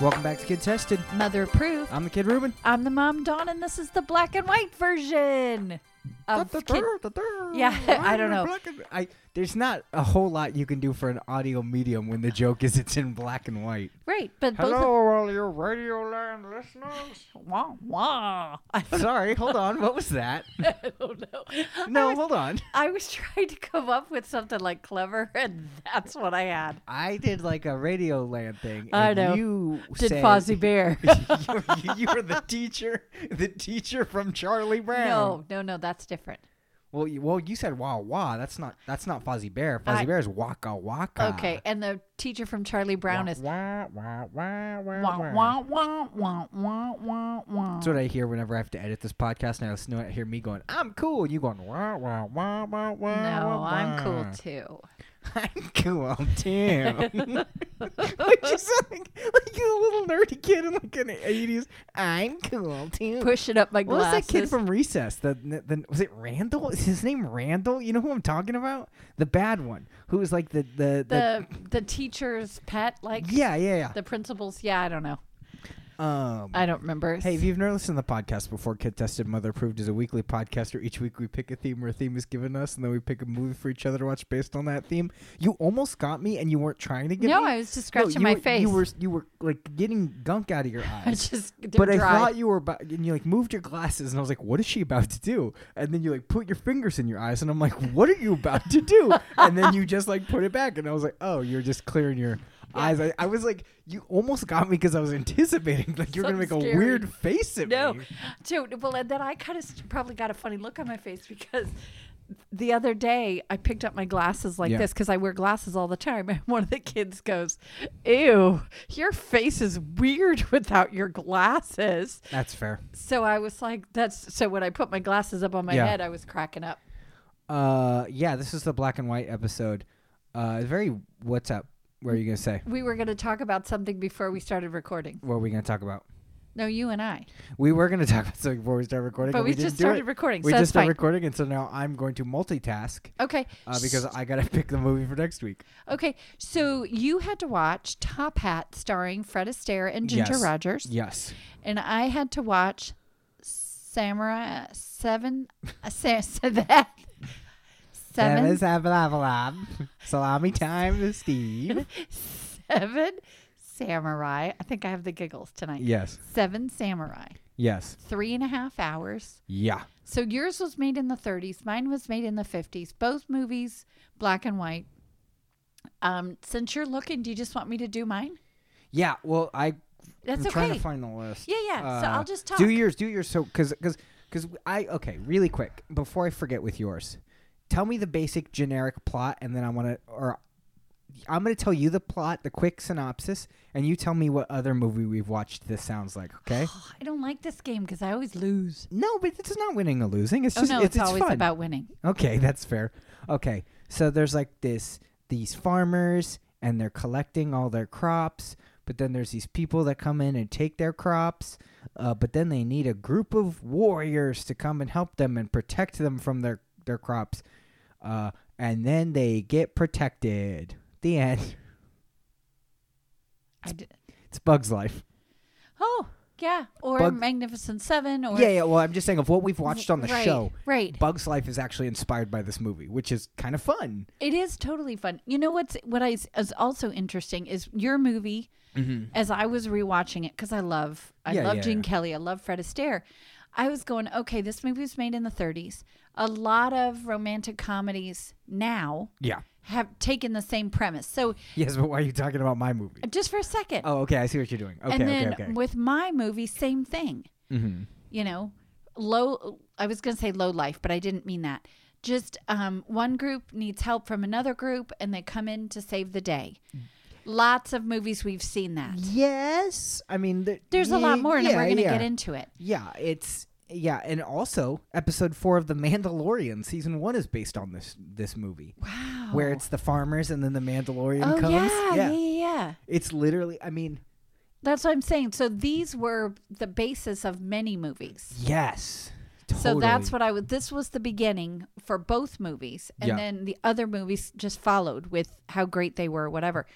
Welcome back to Kid Tested. Mother Proof. I'm the Kid Ruben. I'm the mom Dawn, and this is the black and white version of Kid. Yeah, I don't know. I, there's not a whole lot you can do for an audio medium when the joke is it's in black and white. Right, but both. Hello, all you Radio Land listeners. Of, wah, wah. I Sorry, hold on. What was that? don't know. I No, was, hold on. I was trying to come up with something like clever, and that's what I had. I did like a Radio Land thing. I and know. You Did said- Fozzie Bear? you, you were the teacher, the teacher from Charlie Brown. no, no, no, that's different. Well, you, well, you said wah wah. That's not that's not Fozzie Bear. Fozzie I- Bear is waka waka. Okay, and the teacher from Charlie Brown is Wah, wah, wah, wah, wah wah. wah wah wah wah wah wah. That's what I hear whenever I have to edit this podcast, and I listen to it. I hear me going, "I'm cool," and you going, "Wah." Wah, wah, wah, wah, wah, No, wah, I'm cool wah. too. I'm cool too. like you sound like, like a little nerdy kid in like an eighties. I'm cool too. Pushing up my what was glasses. that kid from Recess? The, the, the- was it Randall? Is his name Randall? You know who I'm talking about? The bad one, who was like the the, the, the the teacher's pet, like yeah yeah the principal's. Yeah, I don't know. yeah. Um, I don't remember. Hey, if you've never listened to the podcast before, Kid Tested Mother Approved is a weekly podcast where each week we pick a theme or a theme is given us, and then we pick a movie for each other to watch based on that theme. You almost got me, and you weren't trying to get no, me. I was just scratching you my were, face. You were you were like getting gunk out of your I eyes. just But I dry. thought you were about, and you like moved your glasses, and I was like, "What is she about to do?" And then you like put your fingers in your eyes, and I'm like, "What are you about to do?" and then you just like put it back, and I was like, "Oh, you're just clearing your eyes." I, I was like, "You almost got me because I was anticipating like you're gonna make Something a scary. weird face at no, me." so well, and then I kind of probably got a funny look on my face because the other day I picked up my glasses like Yeah. this because I wear glasses all the time, and one of the kids goes, "Ew, your face is weird without your glasses." That's fair. So I was like, "That's." So when I put my glasses up on my Yeah. head, I was cracking up. Uh, yeah, this is the black and white episode. Uh, very what's up? What are you gonna say? We were going to talk about something before we started recording. What are we gonna talk about? No, you and I. We were gonna talk about something before we started recording, But and we, didn't just do started it. recording, We so just that's started fine. recording, and so now I'm going to multitask. okay. uh, because I gotta pick the movie for next week. Okay, so you had to watch Top Hat starring Fred Astaire and Ginger Yes. Rogers, Yes, and I had to watch Samurai Seven. Uh, sa- sa- that seven, Salami time to Steve. seven Samurai. I think I have the giggles tonight. yes, Seven Samurai, yes, three and a half hours. yeah, So yours was made in the 30s, mine was made in the 50s. Both movies, black and white. Um, since you're looking, do you just want me to do mine? yeah. Well, I That's I'm okay. trying to find the list. Yeah, yeah. so Uh, I'll just talk. Do yours, do yours. So, because because because I okay, really quick before I forget with yours, tell me the basic generic plot, and then I want to or. I'm going to tell you the plot, the quick synopsis, and you tell me what other movie we've watched this sounds like, okay? Oh, I don't like this game because I always lose. no, but it's not winning or losing. It's Oh just no, it's, it's, always fun. about winning. Okay, that's fair. Okay, so there's like this these farmers and they're collecting all their crops, but then there's these people that come in and take their crops, uh, but then they need a group of warriors to come and help them and protect them from their their crops, uh, and then they get protected. The end. I d- It's Bug's life. oh yeah, or Bug- Magnificent Seven, or Yeah, yeah. Well, I'm just saying of what we've watched on the Right, show. Right, Bug's life is actually inspired by this movie, which is kind of fun. it is totally fun. You know what's what I s- is also interesting is your movie. Mm-hmm. As I was rewatching it because I love I Yeah, love yeah, Gene yeah. Kelly, I love Fred Astaire. I was going, okay, this movie was made in the 30s. A lot of romantic comedies now Yeah. have taken the same premise. So Yes, but why are you talking about my movie? just for a second, Oh, okay. I see what you're doing. Okay, and then okay, okay. with my movie, same thing. mm-hmm. you know, low. I was going to say low life, but I didn't mean that. Just um, one group needs help from another group, and they come in to save the day. Lots of movies we've seen that. Yes, I mean th- There's a lot more, and yeah, we're going to yeah. get into it. Yeah, it's yeah, and also episode four of The Mandalorian season one is based on this this movie, Wow. where it's the farmers and then the Mandalorian oh comes. yeah, yeah, yeah, yeah. it's literally. I mean, That's what I'm saying. So these were the basis of many movies. yes, totally. So that's what I would. This was the beginning for both movies, and Yeah. then the other movies just followed with how great they were, whatever.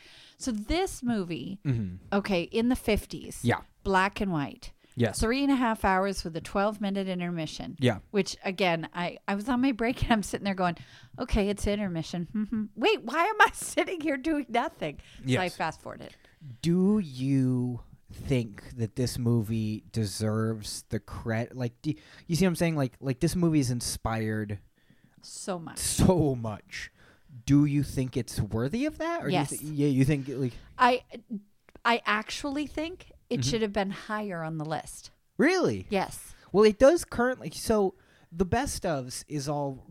So this movie, Mm-hmm. okay, in the 50s, Yeah. black and white, Yes. three and a half hours with a 12 minute intermission. Yeah. Which again, I, I was on my break and I'm sitting there going, okay, it's intermission. hmm Wait, why am I sitting here doing nothing? So I Yes. fast forwarded. Do you think that this movie deserves the credit? Like, do you see what I'm saying? Like, like this movie is inspired So much. so much. Do you think it's worthy of that? Or Yes. Do you thi- yeah, you think it, like I I actually think it Mm-hmm. should have been higher on the list. really? Yes. Well, it does currently. So the best ofs is all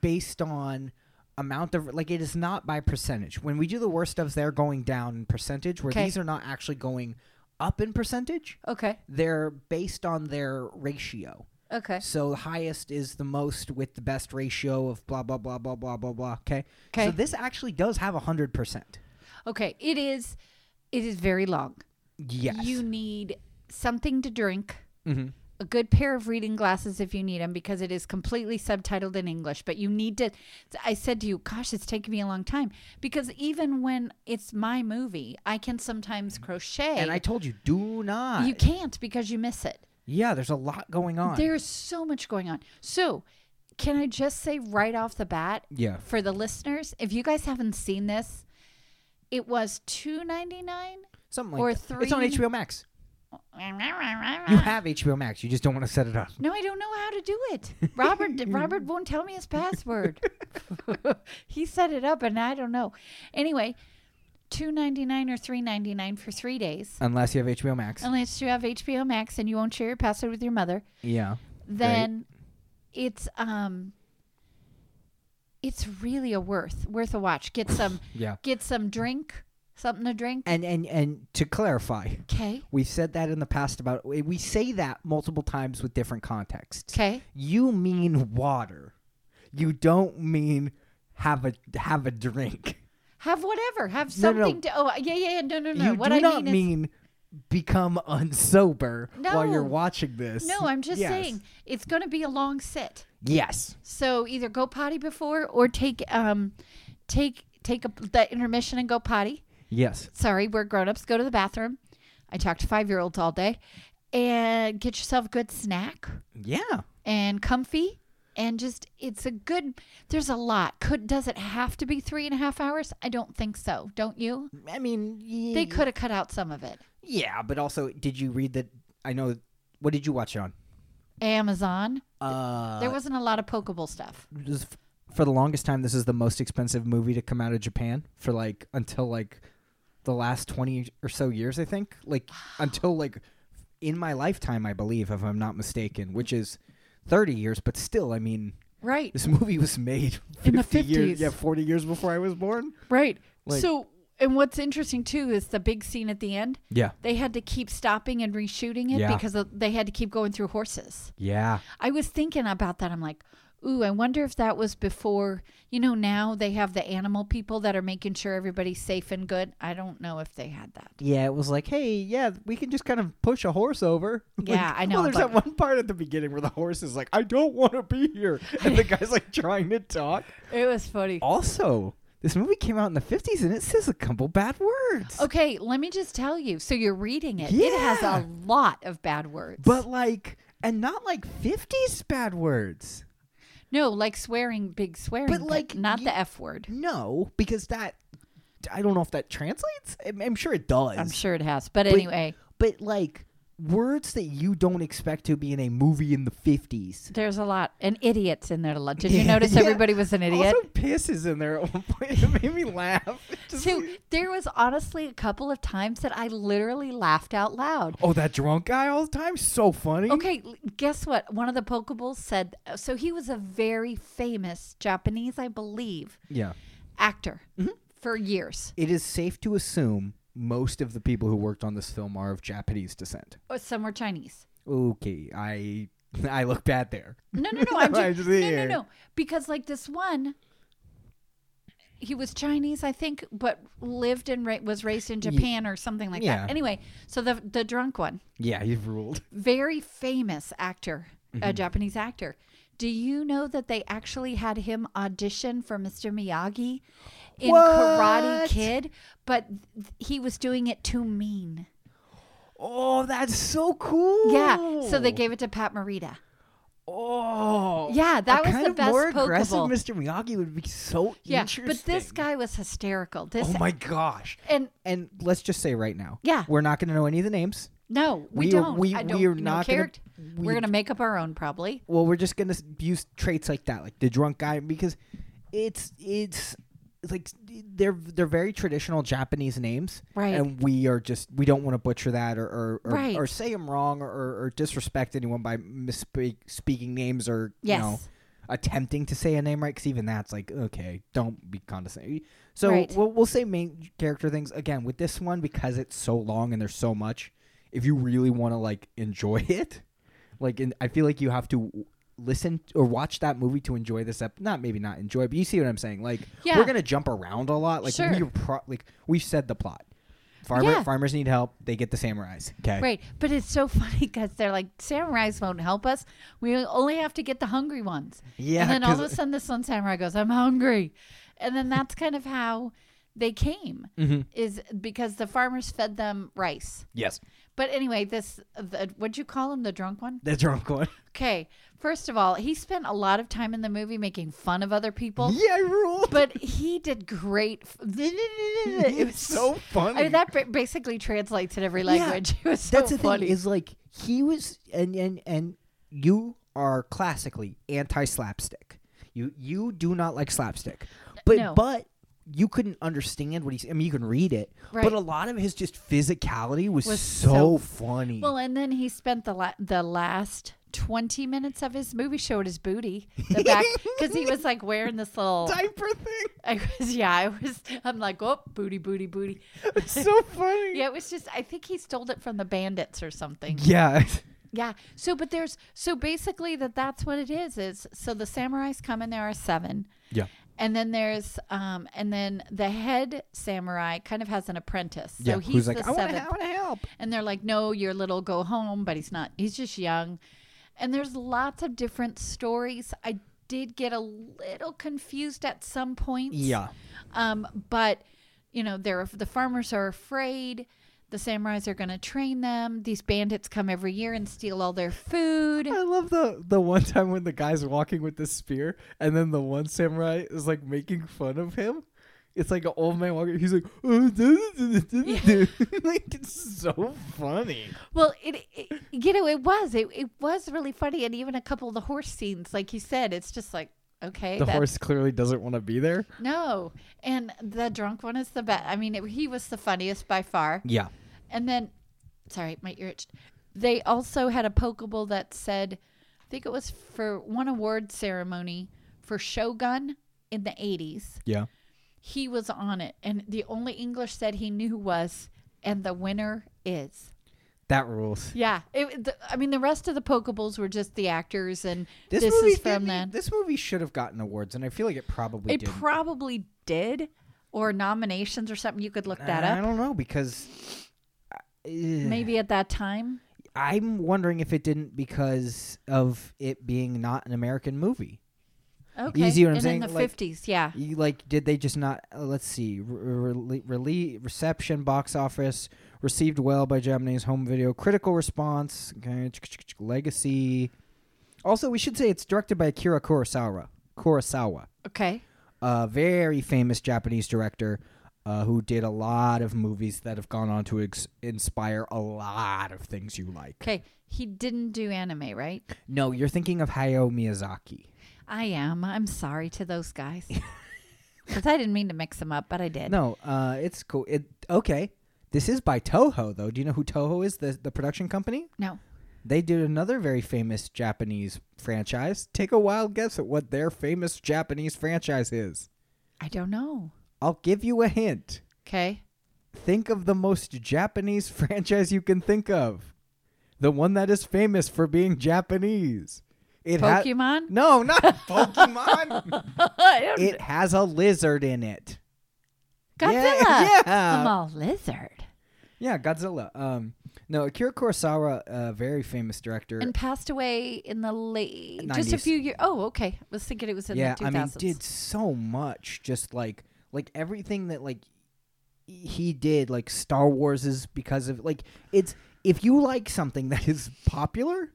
based on amount of like it is not by percentage. When we do the worst ofs, they're going down in percentage. Where Okay. these are not actually going up in percentage. Okay. They're based on their ratio. Okay. So the highest is the most with the best ratio of blah blah blah blah blah blah blah. Okay. Okay. So this actually does have a hundred percent. Okay. It is it is very long. Yes. You need something to drink, mm-hmm. a good pair of reading glasses if you need them because it is completely subtitled in English, but you need to I said to you, gosh, it's taken me a long time because even when it's my movie, I can sometimes crochet. And I told you, do not. you can't because you miss it. yeah, there's a lot going on. There's so much going on. So, can I just say right off the bat yeah. for the listeners, if you guys haven't seen this, it was two ninety nine. Something like Or that. It's on three- Ah. HBO Max. You No, have HBO Max. You just don't want to set it up. I don't know how to do it. Robert Robert won't tell me his password. he set it up, and I don't know. Anyway, two ninety nine or three ninety nine for three days, Unless you have HBO Max. unless you have HBO Max and you won't share your password with your mother. yeah. then it's um it's really a worth worth a watch get some Yeah. get some drink something to drink And and and to clarify, okay we've said that in the past about we we say that multiple times with different contexts. okay You mean water. You don't mean have a have a drink. have whatever have No, no, no. something to oh yeah yeah yeah, no no no you what do i not mean, mean, become unsober while you're No. watching this. is no i'm just Yes. saying it's going to be a long sit Yes. so either go potty before or take um take take a, the intermission and go potty Yes. sorry, we're grown-ups. Go to the bathroom. I talk to five-year-olds all day. And get yourself a good snack Yeah. and comfy. And just, it's a good, there's a lot. Could Does it have to be three and a half hours? I don't think so. Don't you? I mean, y- They could have cut out some of it. Yeah, but also, did you read that? I know. What did you watch it on? Amazon. Uh, There wasn't a lot of pokeable stuff. this- for the longest time, this is the most expensive movie to come out of Japan for like until like the last twenty or so years, I think. Like until like in my lifetime, I believe, if I'm not mistaken, which is thirty years. But still, I mean, Right, this movie was made In the 50 years, 50s. yeah, forty years before I was born. right. Like- so, and what's interesting too is the big scene at the end. Yeah, They had to keep stopping and reshooting it Yeah. because of- they had to keep going through horses. yeah, I was thinking about that. I'm like, ooh, I wonder if that was before, you know, now they have the animal people that are making sure everybody's safe and good. I don't know if they had that. yeah. It was like, hey, yeah, we can just kind of push a horse over. Like, Yeah, I know, Well, there's but- that one part at the beginning where the horse is like, I don't want to be here, and the guy's like trying to talk. It was funty. also, this movie came out in the 50s and it says a couple bad words. Okay, let me just tell you. So you're reading it. It has Yeah. a lot of bad words. But like, and not like 50s bad words. no, like swearing, big swearing. But like like, not you- the F word. No, because that, I don't know if that translates. I'm, I'm sure it does. I'm sure it has. But anyway, But like, words that you don't expect to be in a movie in the 50s. there's a lot. And idiots in there a lot. Did you Yeah, notice yeah. everybody was an idiot? Also, pisses in there at one point. It made me laugh. Just- so there was honestly a couple of times that I literally laughed out loud. oh, that drunk guy all the time? So funny. Okay, l- guess what? One of the Pokeballs said uh, so he was a very famous Japanese, I believe, Yeah. actor Mm-hmm. for years. It is safe to assume most of the people who worked on this film are of Japanese descent. Or Oh, some were Chinese. Okay, I I look bad there. No, no, no. I'm I'm just, just no, no, here. no. Because like this one, he was Chinese, I think, but lived and ra- was raised in Japan or something like Yeah. that. Anyway, so the the drunk one, Yeah, you've ruled. very famous actor. Mm-hmm. a Japanese actor. Do you know that they actually had him audition for Mr. Miyagi in Karate What? Kid, but th- he was doing it too mean. Oh, that's so cool. Yeah, so they gave it to Pat Morita. Oh. Yeah, that a was kind the of best more aggressive Pokeball. Mr. Miyagi would be so Yeah, interesting. but this guy was hysterical. This Oh my gosh. and And let's just say right now. Yeah. We're not going to know any of the names. no, we, We are- don't. we- I we don't are know not gonna- character. we- We're gonna make up our own probably. Well, we're just going to use traits like that, like the drunk guy because it's it's it's like they're they're very traditional Japanese names, Right. And we are just we don't want to butcher that or or, or, Right. or say them wrong or, or, or disrespect anyone by misspeak speaking names or Yes. you know attempting to say a name right because even that's like okay don't be condescending so Right. we'll, we'll say main character things again with this one because it's so long and there's so much if you really want to like enjoy it like and i feel like you have to listen or watch that movie to enjoy this up not maybe not enjoy but you see what i'm saying like Yeah. we're gonna jump around a lot like we Sure. pro- like we've said the plot Farmer, Yeah. farmers need help they get the samurais okay Right, but it's so funny because they're like samurais won't help us. We only have to get the hungry ones. Yeah, and then all of 'cause- a sudden, this one samurai goes, "I'm hungry," and then that's kind of how they came, Mm-hmm. is because the farmers fed them rice. yes But anyway, this the, what'd you call him? The drunk one. the drunk one Okay, first of all, he spent a lot of time in the movie making fun of other people. yeah i ruled But he did great. f- It was it's so funny I mean, that ba- basically translates in every Yeah. language. It was so that's the funny. thing is like he was and and and you are classically anti slapstick. You you do not like slapstick, but no. but you couldn't understand what he's. I mean, you can read it, Right. but a lot of his just physicality was, Was so- so funny. Well, and then he spent the la- the last twenty minutes of his movie showed his booty, the back, because he was like wearing this little. diaper thing. I was yeah, I was. I'm like, oh, booty, booty, booty. It's so funny. Yeah, it was just. I think he stole it from the bandits or something. Yeah. Yeah. So, but there's so basically that that's what it is. Is so the samurais come and there are seven. Yeah. And then there's, um, and then the head samurai kind of has an apprentice. So yeah. he's Who's like, the I want seventh. to help. And they're like, no, your little go home, but he's not. He's just young. And there's lots of different stories. I did get a little confused at some points. Yeah. Um, but, you know, they're, the farmers are afraid. The samurais are going to train them. These bandits come every year and steal all their food. I love the the one time when the guy's walking with the spear, and then the one samurai is like making fun of him. It's like an old man walking. He's like, "Oh, like it's so funny. Well, it, it you know it was it, it was really funny, and even a couple of the horse scenes, like you said, it's just like okay, The that- horse clearly doesn't want to be there. No, and the drunk one is the best. I mean, it, he was the funniest by far. Yeah. And then, sorry, my ear itched. They also had a Pokeball that said, I think it was for one award ceremony for Shogun in the eighties. Yeah. He was on it, and the only English that he knew was, and the winner is. That rules. Yeah, it, the, I mean the rest of the Pokeballs were just the actors, and this, movie is from didn't- then. This movie should have gotten awards, and I feel like it probably It did. probably did, or nominations or something. You could look that I up. don't know because. Maybe. Maybe at that time. I'm wondering if it didn't because of it being not an American movie. Okay, see what I'm and saying? in the Like- fifties, yeah, You, like, did they just not? Uh, let's see. Rele- rele- reception, box office, received well by Japanese home video. Critical response, okay, legacy. Also, we should say it's directed by Akira Kurosawa. Kurosawa, okay, a very famous Japanese director uh, who did a lot of movies that have gone on to ex- inspire a lot of things you like. okay. He didn't do anime, right? No, you're thinking of Hayao Miyazaki. I am. I'm sorry to those guys, because I didn't mean to mix them up, but I did. No, uh, it's cool. It okay. This is by Toho though. Do you know who Toho is? The the production company. no. They did another very famous Japanese franchise. Take a wild guess at what their famous Japanese franchise is. I don't know. I'll give you a hint. Okay, Think of the most Japanese franchise you can think of. The one that is famous for being Japanese. It ha- Pokemon. No, not Pokemon. I don't- it has a lizard in it. Godzilla. Yeah, yeah. I'm all lizard. Yeah, Godzilla. Um, No, Akira Kurosawa, a very famous director. and passed away in the late just a 90s. few years. Oh, okay. I was thinking it was in yeah, the 2000s. I mean, did so much. Just like like everything that like he did, like Star Wars is because of like it's if you like something that is popular,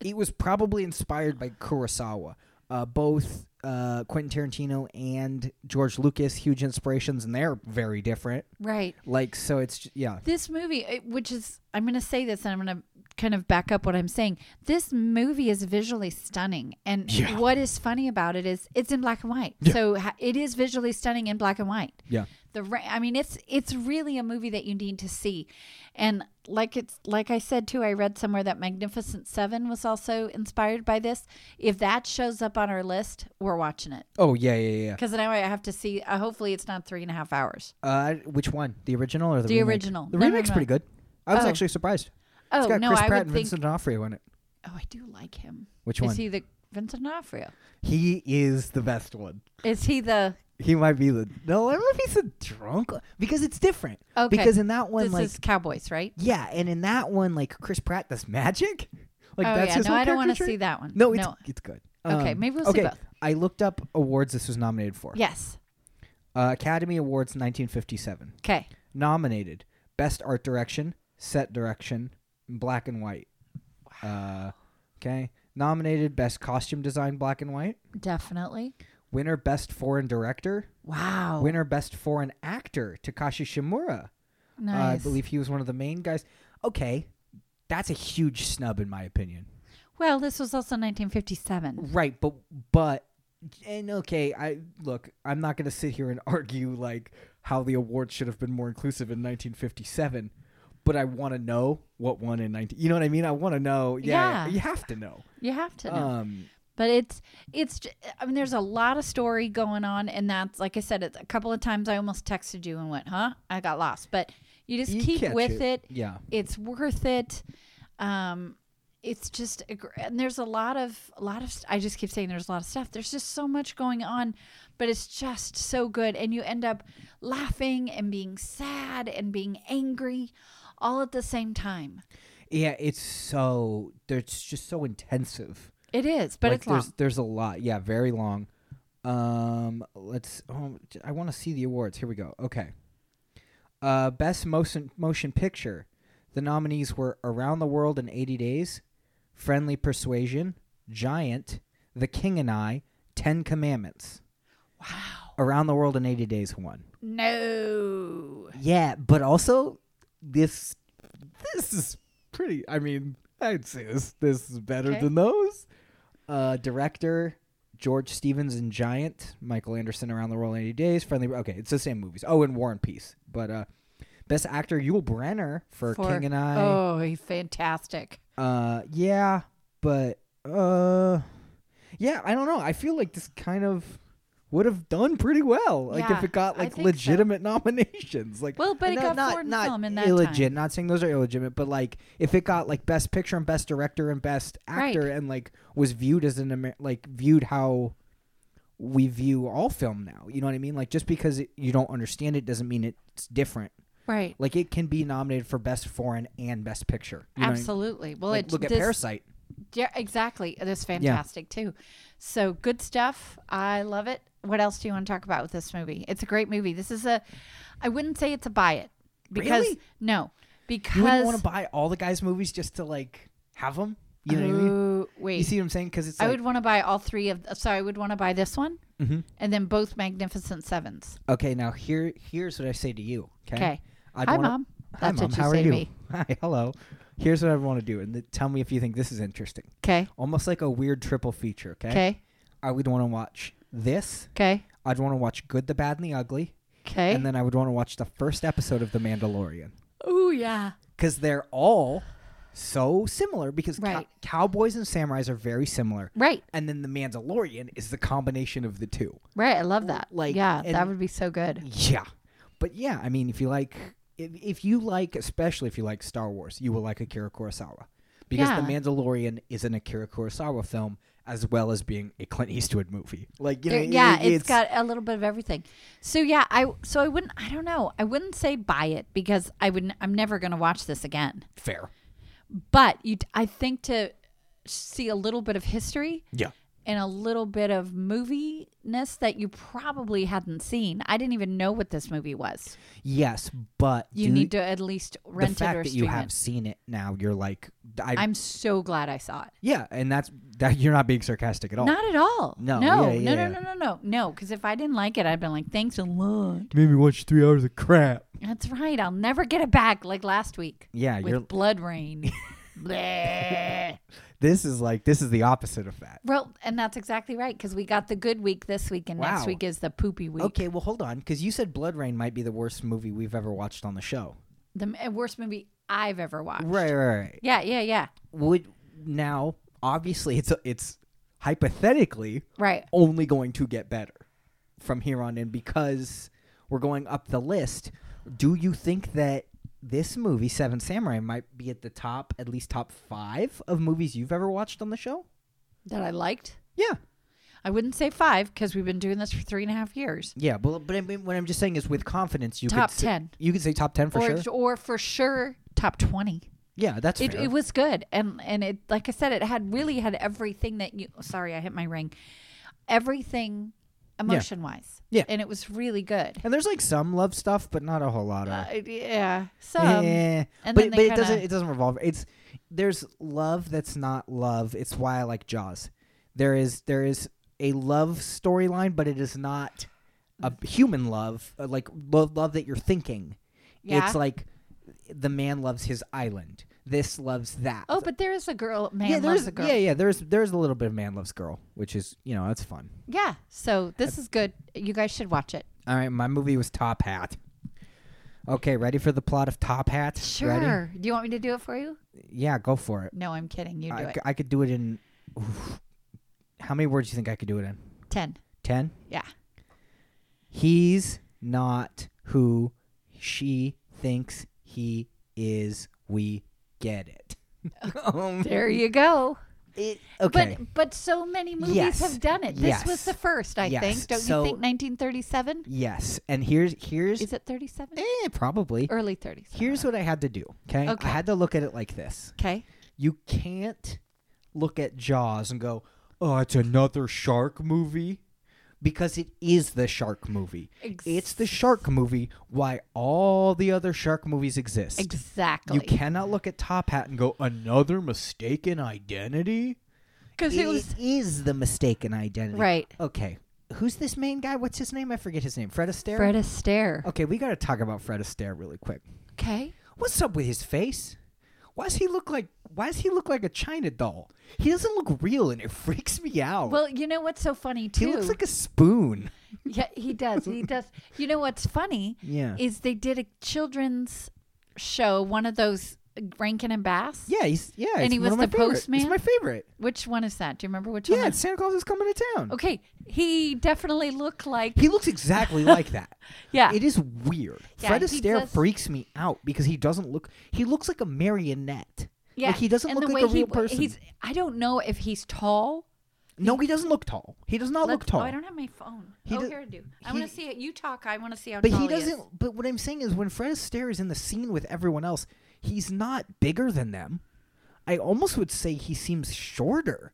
it was probably inspired by Kurosawa. Uh, both uh, Quentin Tarantino and George Lucas, huge inspirations, and they're very different. right. Like so, it's j- yeah. This movie, it- which is, I'm going to say this and I'm going to kind of back up what I'm saying. This movie is visually stunning. And Yeah. what is funny about it is it's in black and white. So ha- it is visually stunning in black and white. Yeah. The ra- I mean, it's it's really a movie that you need to see. And like it's like I said too, I read somewhere that Magnificent Seven was also inspired by this. If that shows up on our list, we're watching it Oh yeah, yeah, yeah. because now I have to see. Uh, hopefully, it's not three and a half hours. Uh, which one? The original or the The remake? original. The No, no, remake's no. pretty good. I was Oh. actually surprised. Oh it's got no, Chris I Pratt would and think. Vincent D'Onofrio in it. oh, I do like him. Which is one? he the Vincent D'Onofrio? He is the best one. Is he the? He might be the no. I don't know if he's a drunk because it's different. Okay. Because in that one, this like is Cowboys, right? yeah, and in that one, like Chris Pratt does magic. Like oh that's yeah. his No, whole I don't want character to see trait. that one. No, it's it's good. Okay, Um, maybe we'll see okay, both. I looked up awards this was nominated for. Yes. Uh, Academy Awards 1957. Okay. Nominated Best Art Direction, Set Direction, Black and White. Uh, okay. Nominated Best Costume Design, Black and White. Definitely. Winner Best Foreign Director. Wow. Winner Best Foreign Actor, Takashi Shimura. Uh, I nice. believe he was one of the main guys. Okay, that's a huge snub in my opinion. Well, this was also 1957. Right, but but and okay, I look, I'm not going to sit here and argue like how the awards should have been more inclusive in 1957, but I want to know what won in 19 You know what I mean? I want to know. Yeah, Yeah. you have to know. You have to know. Um but it's it's j- i mean there's a lot of story going on and that's like i said it's a couple of times i almost texted you and went huh i got lost but you just you keep catch with it. Yeah. it's worth it um it's just a gr- and there's a lot of a lot of st- i just keep saying there's a lot of stuff there's just so much going on but it's just so good and you end up laughing and being sad and being angry all at the same time Yeah, it's so it's just so intensive. it is but Like, it's there's long there's a lot. Yeah, very long. Um, let's. Oh, j- I want to see the awards. Here we go. Okay. Uh, best motion motion picture. The nominees were Around the World in 80 Days, Friendly Persuasion, Giant, The King and I, Ten Commandments. wow Around the World in 80 Days won. no Yeah, but also this this is pretty. I mean, I'd say this this is better Okay. than those. Uh, director George Stevens and Giant, Michael Anderson around the world in eighty days. Friendly. Okay, it's the same movies. Oh, and War and Peace. But uh, best actor Yul Brenner for, For- King and I. oh he's fantastic Uh, yeah, but uh, yeah, I don't know. I feel like this kind of would have done pretty well, like Yeah, if it got I like think so. legitimate nominations. Like, Well, but and it not, got not, foreign not film in that illegit- time. Not saying those are illegitimate, but like if it got like best picture and best director and best Right. actor and like was viewed as an Amer- like viewed how we view all film now. You know what I mean? Like just because it, you don't understand it doesn't mean it's different. right Like it can be nominated for best foreign and best picture. You know what I mean? absolutely well Like, it, look at this- Parasite. Yeah, exactly. That's fantastic too. So good stuff. I love it. What else do you want to talk about with this movie? It's a great movie. This is a. I wouldn't say it's a buy it because Really? no, You wouldn't want to because buy all the guys' movies just to like have them. You know what I mean? Ooh, wait. You see what I'm saying? Because it's I like, would want to buy all three of. So I would want to buy this one Mhm. and then both Magnificent Sevens. okay, now here here's what I say to you. Okay. Okay. I'd Hi, wanna- mom. Hi, That's mom. what you How say are to you? me. Hi, hello. Here's what I want to do, and th- tell me if you think this is interesting. Okay. Almost like a weird triple feature. Okay. Okay. I would want to watch this. Okay. I'd want to watch Good, the Bad, and the Ugly, Okay. and then I would want to watch the first episode of The Mandalorian. Ooh yeah. because they're all so similar because cow- Right. cowboys and samurais are very similar Right. and then the mandalorian is the combination of the two Right. I love that. Like, Like yeah, that and- would be so good. yeah but yeah i mean if you like if, if you like especially if you like star wars you will like akira kurosawa because the Yeah. mandalorian is an akira kurosawa film as well as being a Clint Eastwood movie. Like you know, There- yeah, it- it's got a little bit of everything. So yeah, I so I wouldn't I don't know. I wouldn't say buy it because I wouldn't I'm never going to watch this again. fair. But you I think to see a little bit of history Yeah, and a little bit of moviness that you probably hadn't seen. I didn't even know what this movie was. yes, but You do- need to at least the rent fact it or that you stream have it. seen it now. You're like, I, I'm so glad I saw it. yeah, and that's that. You're not being sarcastic at all. Not at all. Oh. No, no, yeah, no, yeah, no, yeah. no, no, no, no. Because if I didn't like it, I'd been like, "Thanks a lot." Made me watch three hours of crap. That's right. I'll never get it back like last week Yeah, with you're. blood rain. Bleh. This is like this is the opposite of that. Well, and that's exactly right because we got the good week this week, and Wow. next week is the poopy week. Okay, well, hold on, because you said Blood Rain might be the worst movie we've ever watched on the show. The m- eh, worst movie I've ever watched. Right, right, right. Yeah, yeah, yeah. Would now obviously it's it's hypothetically Right. only going to get better from here on in because we're going up the list. Do you think that this movie Seven Samurai might be at the top, at least top five of movies you've ever watched on the show? That I liked. Yeah, I wouldn't say five because we've been doing this for three and a half years. yeah. But but I mean, what I'm just saying is, with confidence, you Top could say- 10. You could say top ten for or, sure. or for sure, top 20. Yeah, that's It, fair. it was good, and and it like I said, it had really had everything that you. Sorry, I hit my ring. Everything, emotion wise. Yeah. and it was really good. and there's like some love stuff, but not a whole lot of. Uh, yeah, some. Eh, and but then but they it doesn't kinda- it doesn't revolve. It's there's love that's not love. It's why I like Jaws. There is there is a love storyline, but it is not a Mm. human love, uh, like love, love that you're thinking. Yeah. It's like the man loves his island. This loves that. Oh, but there is a girl. Man yeah, loves there's a girl. yeah, Yeah. yeah. There's there's a little bit of man loves girl, which is you know that's fun. So this is good. You guys should watch it. All right, my movie was Top Hat. Okay, ready for the plot of Top Hat? Ready? Sure. Do you want me to do it for you? Yeah, go for it. No, I'm kidding. You do I, it. c- I could do it in. oof. how many words do you think I could do it in? Ten. Ten. Yeah. He's not who she thinks he is. We get it. Um, There you go. it- okay. But but so many movies Yes. have done it. This Yes. was the first, I Yes. think. Don't So- you think? 1937. yes, and here's here's Is it 37? eh, probably Early 30s. here's what I had to do. Okay, Okay. I had to look at it like this. Okay. You can't look at Jaws and go, "Oh, it's another shark movie," because it is the shark movie. It's the shark movie. Why all the other shark movies exist? exactly You cannot look at Top Hat and go another mistaken identity. because it was it is the mistaken identity, right. Okay, who's this main guy? What's his name? I forget his name. Fred Astaire. Fred Astaire. Okay, we got to talk about Fred Astaire really quick. Okay. What's up with his face? Why does he look like? Why does he look like a China doll? He doesn't look real, and it freaks me out. Well, you know what's so funny he too. looks like a spoon. yeah, he does. He does. You know what's funny Yeah. is they did a children's show, one of those uh, Rankin and Bass. yeah, he's yeah. And it's he one of was my the favorite. It's postman? my favorite. Which one is that? Do you remember which Yeah, one? that- it's Santa Claus is coming to town. Okay, he definitely looked like He looks exactly like that. yeah. It is weird. Yeah, Fred he Astaire does- freaks me out because he doesn't look. He looks like a marionette. yeah. Like he doesn't and look the like a way he real w- person. He's I don't know if he's tall. no, he doesn't look tall. He does not Let's- look tall. Oh, I don't have my phone. He oh, do- here I do. I want he- to see it. You talk. I want to see how but tall he is. doesn't. But what I'm saying is, when Fred Astaire is in the scene with everyone else, he's not bigger than them. I almost would say he seems shorter,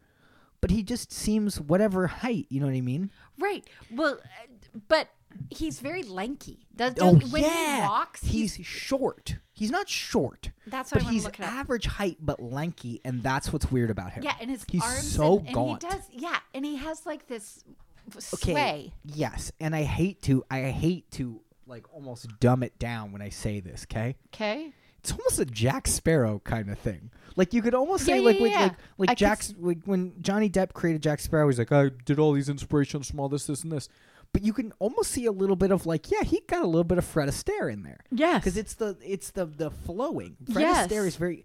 but he just seems whatever height. You know what I mean? Right. Well, uh, but he's very lanky. Does, Oh does- when yeah, he walks, he's, he's, short. He's not short. That's what but I wanna he's look it up. average height, but lanky, and that's what's weird about him. yeah, and his he's arms so and, gaunt. And he does yeah, and he has like this w- okay. sway. Yes, and I hate to I hate to like almost dumb it down when I say this. Okay, Okay. it's almost a Jack Sparrow kind of thing. Like you could almost Yeah, say yeah, like with- yeah. like like I could Jack's like when Johnny Depp created Jack Sparrow, he's like I did all these inspirations from all this this and this. But you can almost see a little bit of like yeah, he got a little bit of Fred Astaire in there. Yes. because it's the it's the the flowing. Fred Yes. Astaire is very.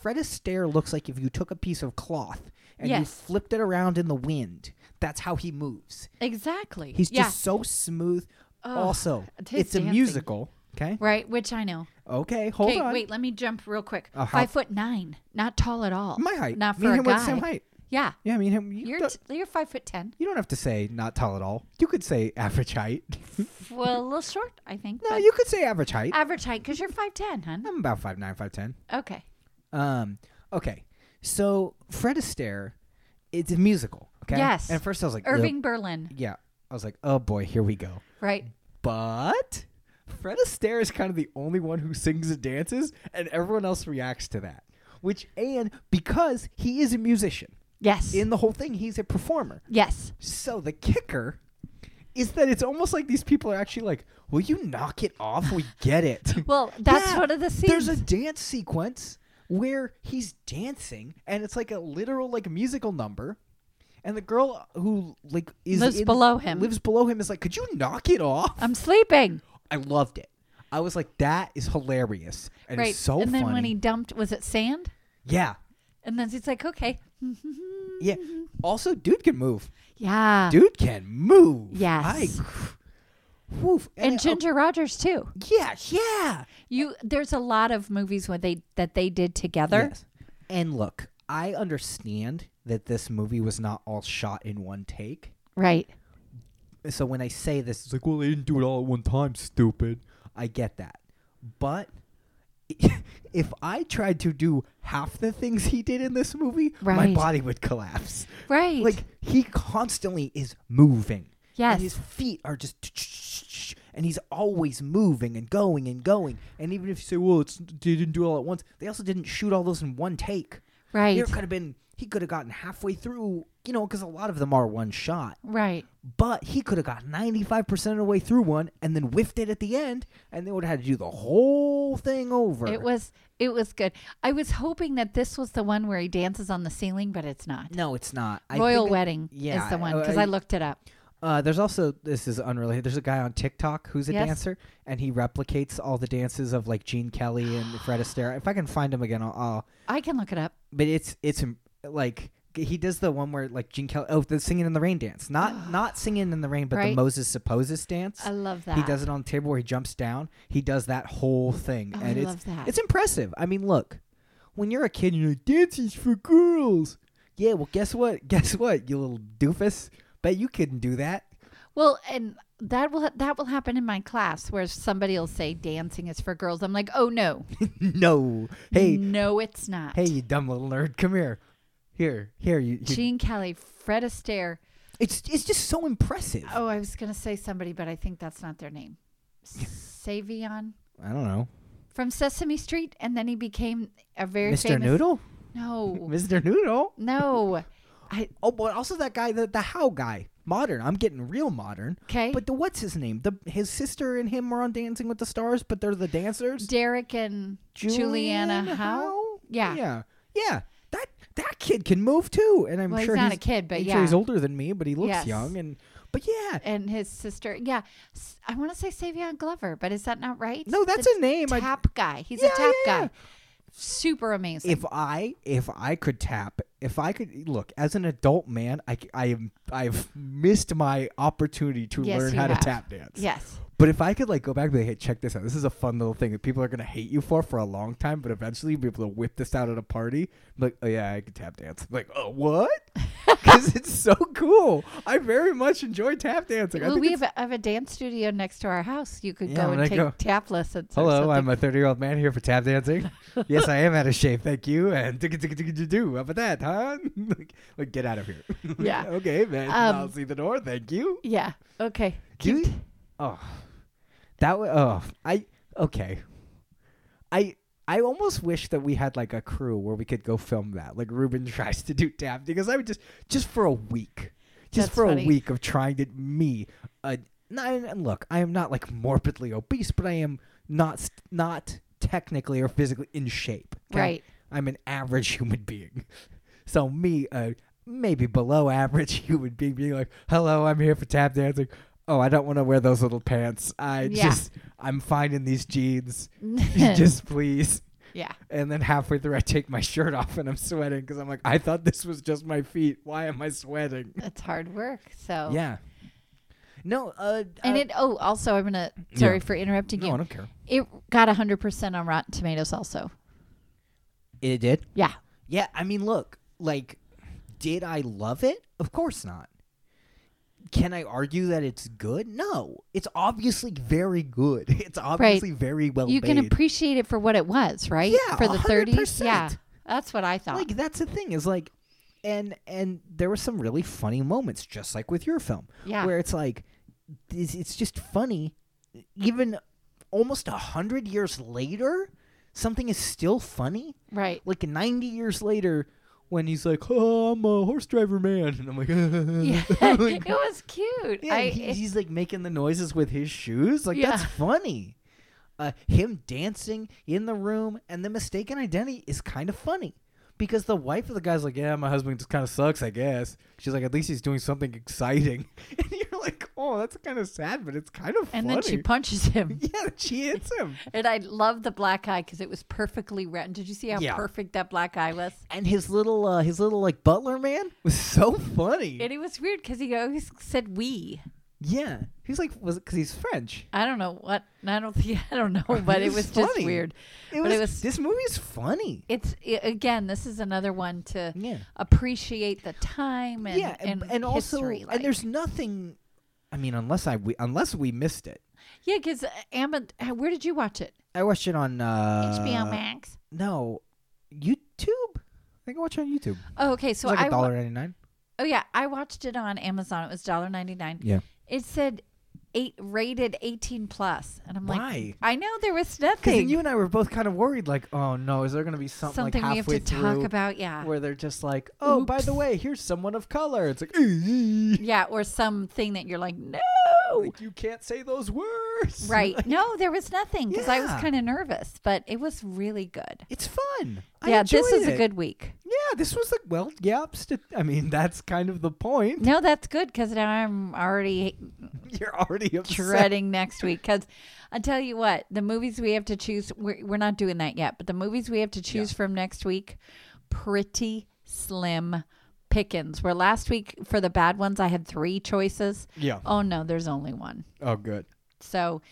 Fred Astaire looks like if you took a piece of cloth and you Yes. flipped it around in the wind. That's how he moves. exactly. He's yeah. just so smooth. Ugh, also, his it's a dancing. musical. Okay. right, which I know. Okay. Hold okay, on. wait, let me jump real quick. Uh, how- Five foot nine, not tall at all. My height. Not Me for and a him were the same guy. height. Yeah. Yeah, I mean, him- you, You're don't, t- you're five foot ten. you don't have to say not tall at all. You could say average height. Well, a little short, I think. no, but you could say average height. average height because you're five ten, hun. I'm about five nine, five ten. Okay. Um, okay, so Fred Astaire, it's a musical. Okay. Yes. And at first I was like, "Ugh." Irving Berlin, Yeah, I was like, oh boy, here we go. right? But Fred Astaire is kind of the only one who sings and dances, and everyone else reacts to that. Which and because he is a musician Yes. in the whole thing, he's a performer. yes. So the kicker is that it's almost like these people are actually like, "Will you knock it off? We get it." Well, that's Yeah, one of the There's scenes. a dance sequence where he's dancing, and it's like a literal like musical number. And the girl who like is Lives in- below him. lives below him is like, "Could you knock it off?" I'm sleeping. I loved it. I was like, "That is hilarious and right. it's so and then funny." when he dumped, was it sand? yeah, And then he's like, okay. yeah. Also, dude can move. Yeah. Dude can move. Yes. I, woof. and then- Ginger Rogers too. oh, yeah, yeah. You there's a lot of movies where they that they did together. Yes. And look, I understand that this movie was not all shot in one take. Right. So when I say this, it's like, well, they didn't do it all at one time, stupid. I get that. But if I tried to do half the things he did in this movie, my Right. body would collapse. Right. Like, he constantly is moving. yes. And his feet are just. And he's always moving and going and going. And even if you say, well, it's, they didn't do it all at once, they also didn't shoot all those in one take. right. There could have been. He could have gotten halfway through, you know, because a lot of them are one shot right. but he could have got 95% of the way through one and then whiffed it at the end and they would have had to do the whole thing over It was it was good. I was hoping that this was the one where he dances on the ceiling, but it's not. no it's not I Royal think- Wedding yeah, uh, is the one because I- I, looked it up. uh, there's also this is unrelated there's a guy on tiktok who's a Yes. dancer and he replicates all the dances of like gene kelly and fred astaire if i can find him again i'll, I'll I can look it up. but it's it's um, like he does the one where like gene kelly oh the singing in the rain dance not not singing in the rain but the Right. moses supposes dance I love that. He does it on the table where he jumps down. He does that whole thing, Oh, and I it's love that. it's impressive. I mean, look, when you're a kid, you're like dancing's for girls. Yeah, well, guess what? Guess what? You little doofus. Bet you couldn't do that. Well, and that will that will happen in my class where somebody will say dancing is for girls. I'm like, oh no, no. Hey, no, it's not. hey, you dumb little nerd, come here. Here, here. You. you- Gene Kelly, Fred Astaire. It's it's just so impressive. Oh, I was gonna say somebody, but I think that's not their name. Savion I don't know, from Sesame Street, and then he became a very Mr. famous. Noodle. No, Mr. Noodle. no. I Oh, but also that guy, the the how guy. Modern. I'm getting real modern. okay. But the what's his name? The his sister and him are on Dancing with the Stars, but they're the dancers. Derek and Juliana Howe. Yeah. yeah, yeah. That that kid can move too, and I'm Well, he's sure not a kid, but I'm sure he's yeah. older than me, but he looks Yes. young. And but yeah, And his sister, yeah, S- I want to say Savion Glover, but is that not right? no, that's The a name. I- tap guy. He's Yeah, a tap yeah, yeah. guy. Super amazing. if I if I could tap, if I could look as an adult man, I c- I am I've missed my opportunity to Yes, learn you how have. to tap dance. yes. But if I could like go back and be like, hey, check this out. This is a fun little thing that people are gonna hate you for for a long time, but eventually you'll be able to whip this out at a party. I'm like, oh yeah, I could tap dance. I'm like, oh what? Because it's so cool. I very much enjoy tap dancing. I well, think we it's- have a, have a dance studio next to our house. You could Yeah, go when I and take go- tap lessons. or Hello, I'm something. a 30 year old man here for tap dancing. yes, I am out of shape. Thank you. And do do. How about that, huh? like, like, get out of here. Like, Yeah. okay, man. Um, I'll see the door. Thank you. Yeah. Okay. Do Keep- you- oh, that was oh I okay. I I almost wish that we had like a crew where we could go film that. Like Ruben tries to do tap because I would just just for a week, just That's for a funny. week of trying to me. Uh, n- and look, I am not like morbidly obese, but I am not s- not technically or physically in shape. 'kay? Right. I'm an average human being. So me, uh, maybe below average human being, being like, "Hello, I'm here for tap dancing." Oh, I don't want to wear those little pants. I Yeah. just, I'm fine in these jeans. just please. yeah. And then halfway through, I take my shirt off and I'm sweating because I'm like, I thought this was just my feet. Why am I sweating? It's hard work. So. Yeah. No. Uh. Oh. And uh, it. Oh, also, I'm gonna. Sorry for interrupting No, you. I don't care. It got 100 percent on Rotten Tomatoes. Also. It did. Yeah. Yeah. I mean, look, like, Did I love it? Of course not. Can I argue that it's good? No. It's obviously very good. It's obviously very well you can made. appreciate it for what it was, right? Yeah, for the 30s. 100%. Yeah, that's what I thought. like that's the thing is like and and there were some really funny moments just like with your film Yeah. where it's like it's, it's just funny even almost a hundred years later something is still funny right. like 90 years later when he's like oh i'm a horse driver man and i'm like Yeah. it was cute. yeah, I, he- he's like making the noises with his shoes. Like that's Yeah. funny. Uh, him dancing in the room and the mistaken identity is kind of funny because the wife of the guy's like, "Yeah, my husband just kind of sucks, I guess." She's like, "At least he's doing something exciting," and you're like, "Oh, that's kind of sad, but it's kind of funny." and then she punches him. yeah, she hits him, And I love the black eye because it was perfectly round. Did you see how Yeah. perfect that black eye was? and his little uh, his little like butler man was so funny. And it was weird because he always said "we." yeah, he's like, was because he's French. I don't know what. I don't think. I don't know. But it It's was just funny. weird. It But was, it was- this movie is funny. It's i again. This is another one to Yeah. appreciate the time and yeah, and, and, and also, history, like. and there's nothing. I mean, unless I we, unless we missed it. yeah because Amid. Where did you watch it? I watched it on uh, HBO Max. No, YouTube. I think I watched it on YouTube. Oh, okay. So it's I like a wa- dollar ninety nine. Oh yeah, I watched it on Amazon. It was $1.99. Yeah. It said eight rated eighteen plus, and I'm Why? like, I know there was Because nothing. you and I were both kind of worried, like, oh no, is there going to be something, Something like we have halfway to talk through about, yeah, where they're just like, oh, by the Oops. way, here's someone of color. It's like, "Eh." yeah, or something that you're like, no, like you can't say those words. right? No, there was nothing because I was Yeah. kind of nervous, but it was really good. It's fun. I yeah, this enjoyed is a it. good week. Yeah, this was like, well, yeah. St- I mean, that's kind of the point. No, that's good because now I'm already You're already upset. dreading next week because I tell you what, the movies we have to choose, we're, we're not doing that yet, but the movies we have to choose from next week, pretty slim pickings. Where last week for the bad ones, I had three choices. Yeah. Oh no, there's only one. Oh, good. So,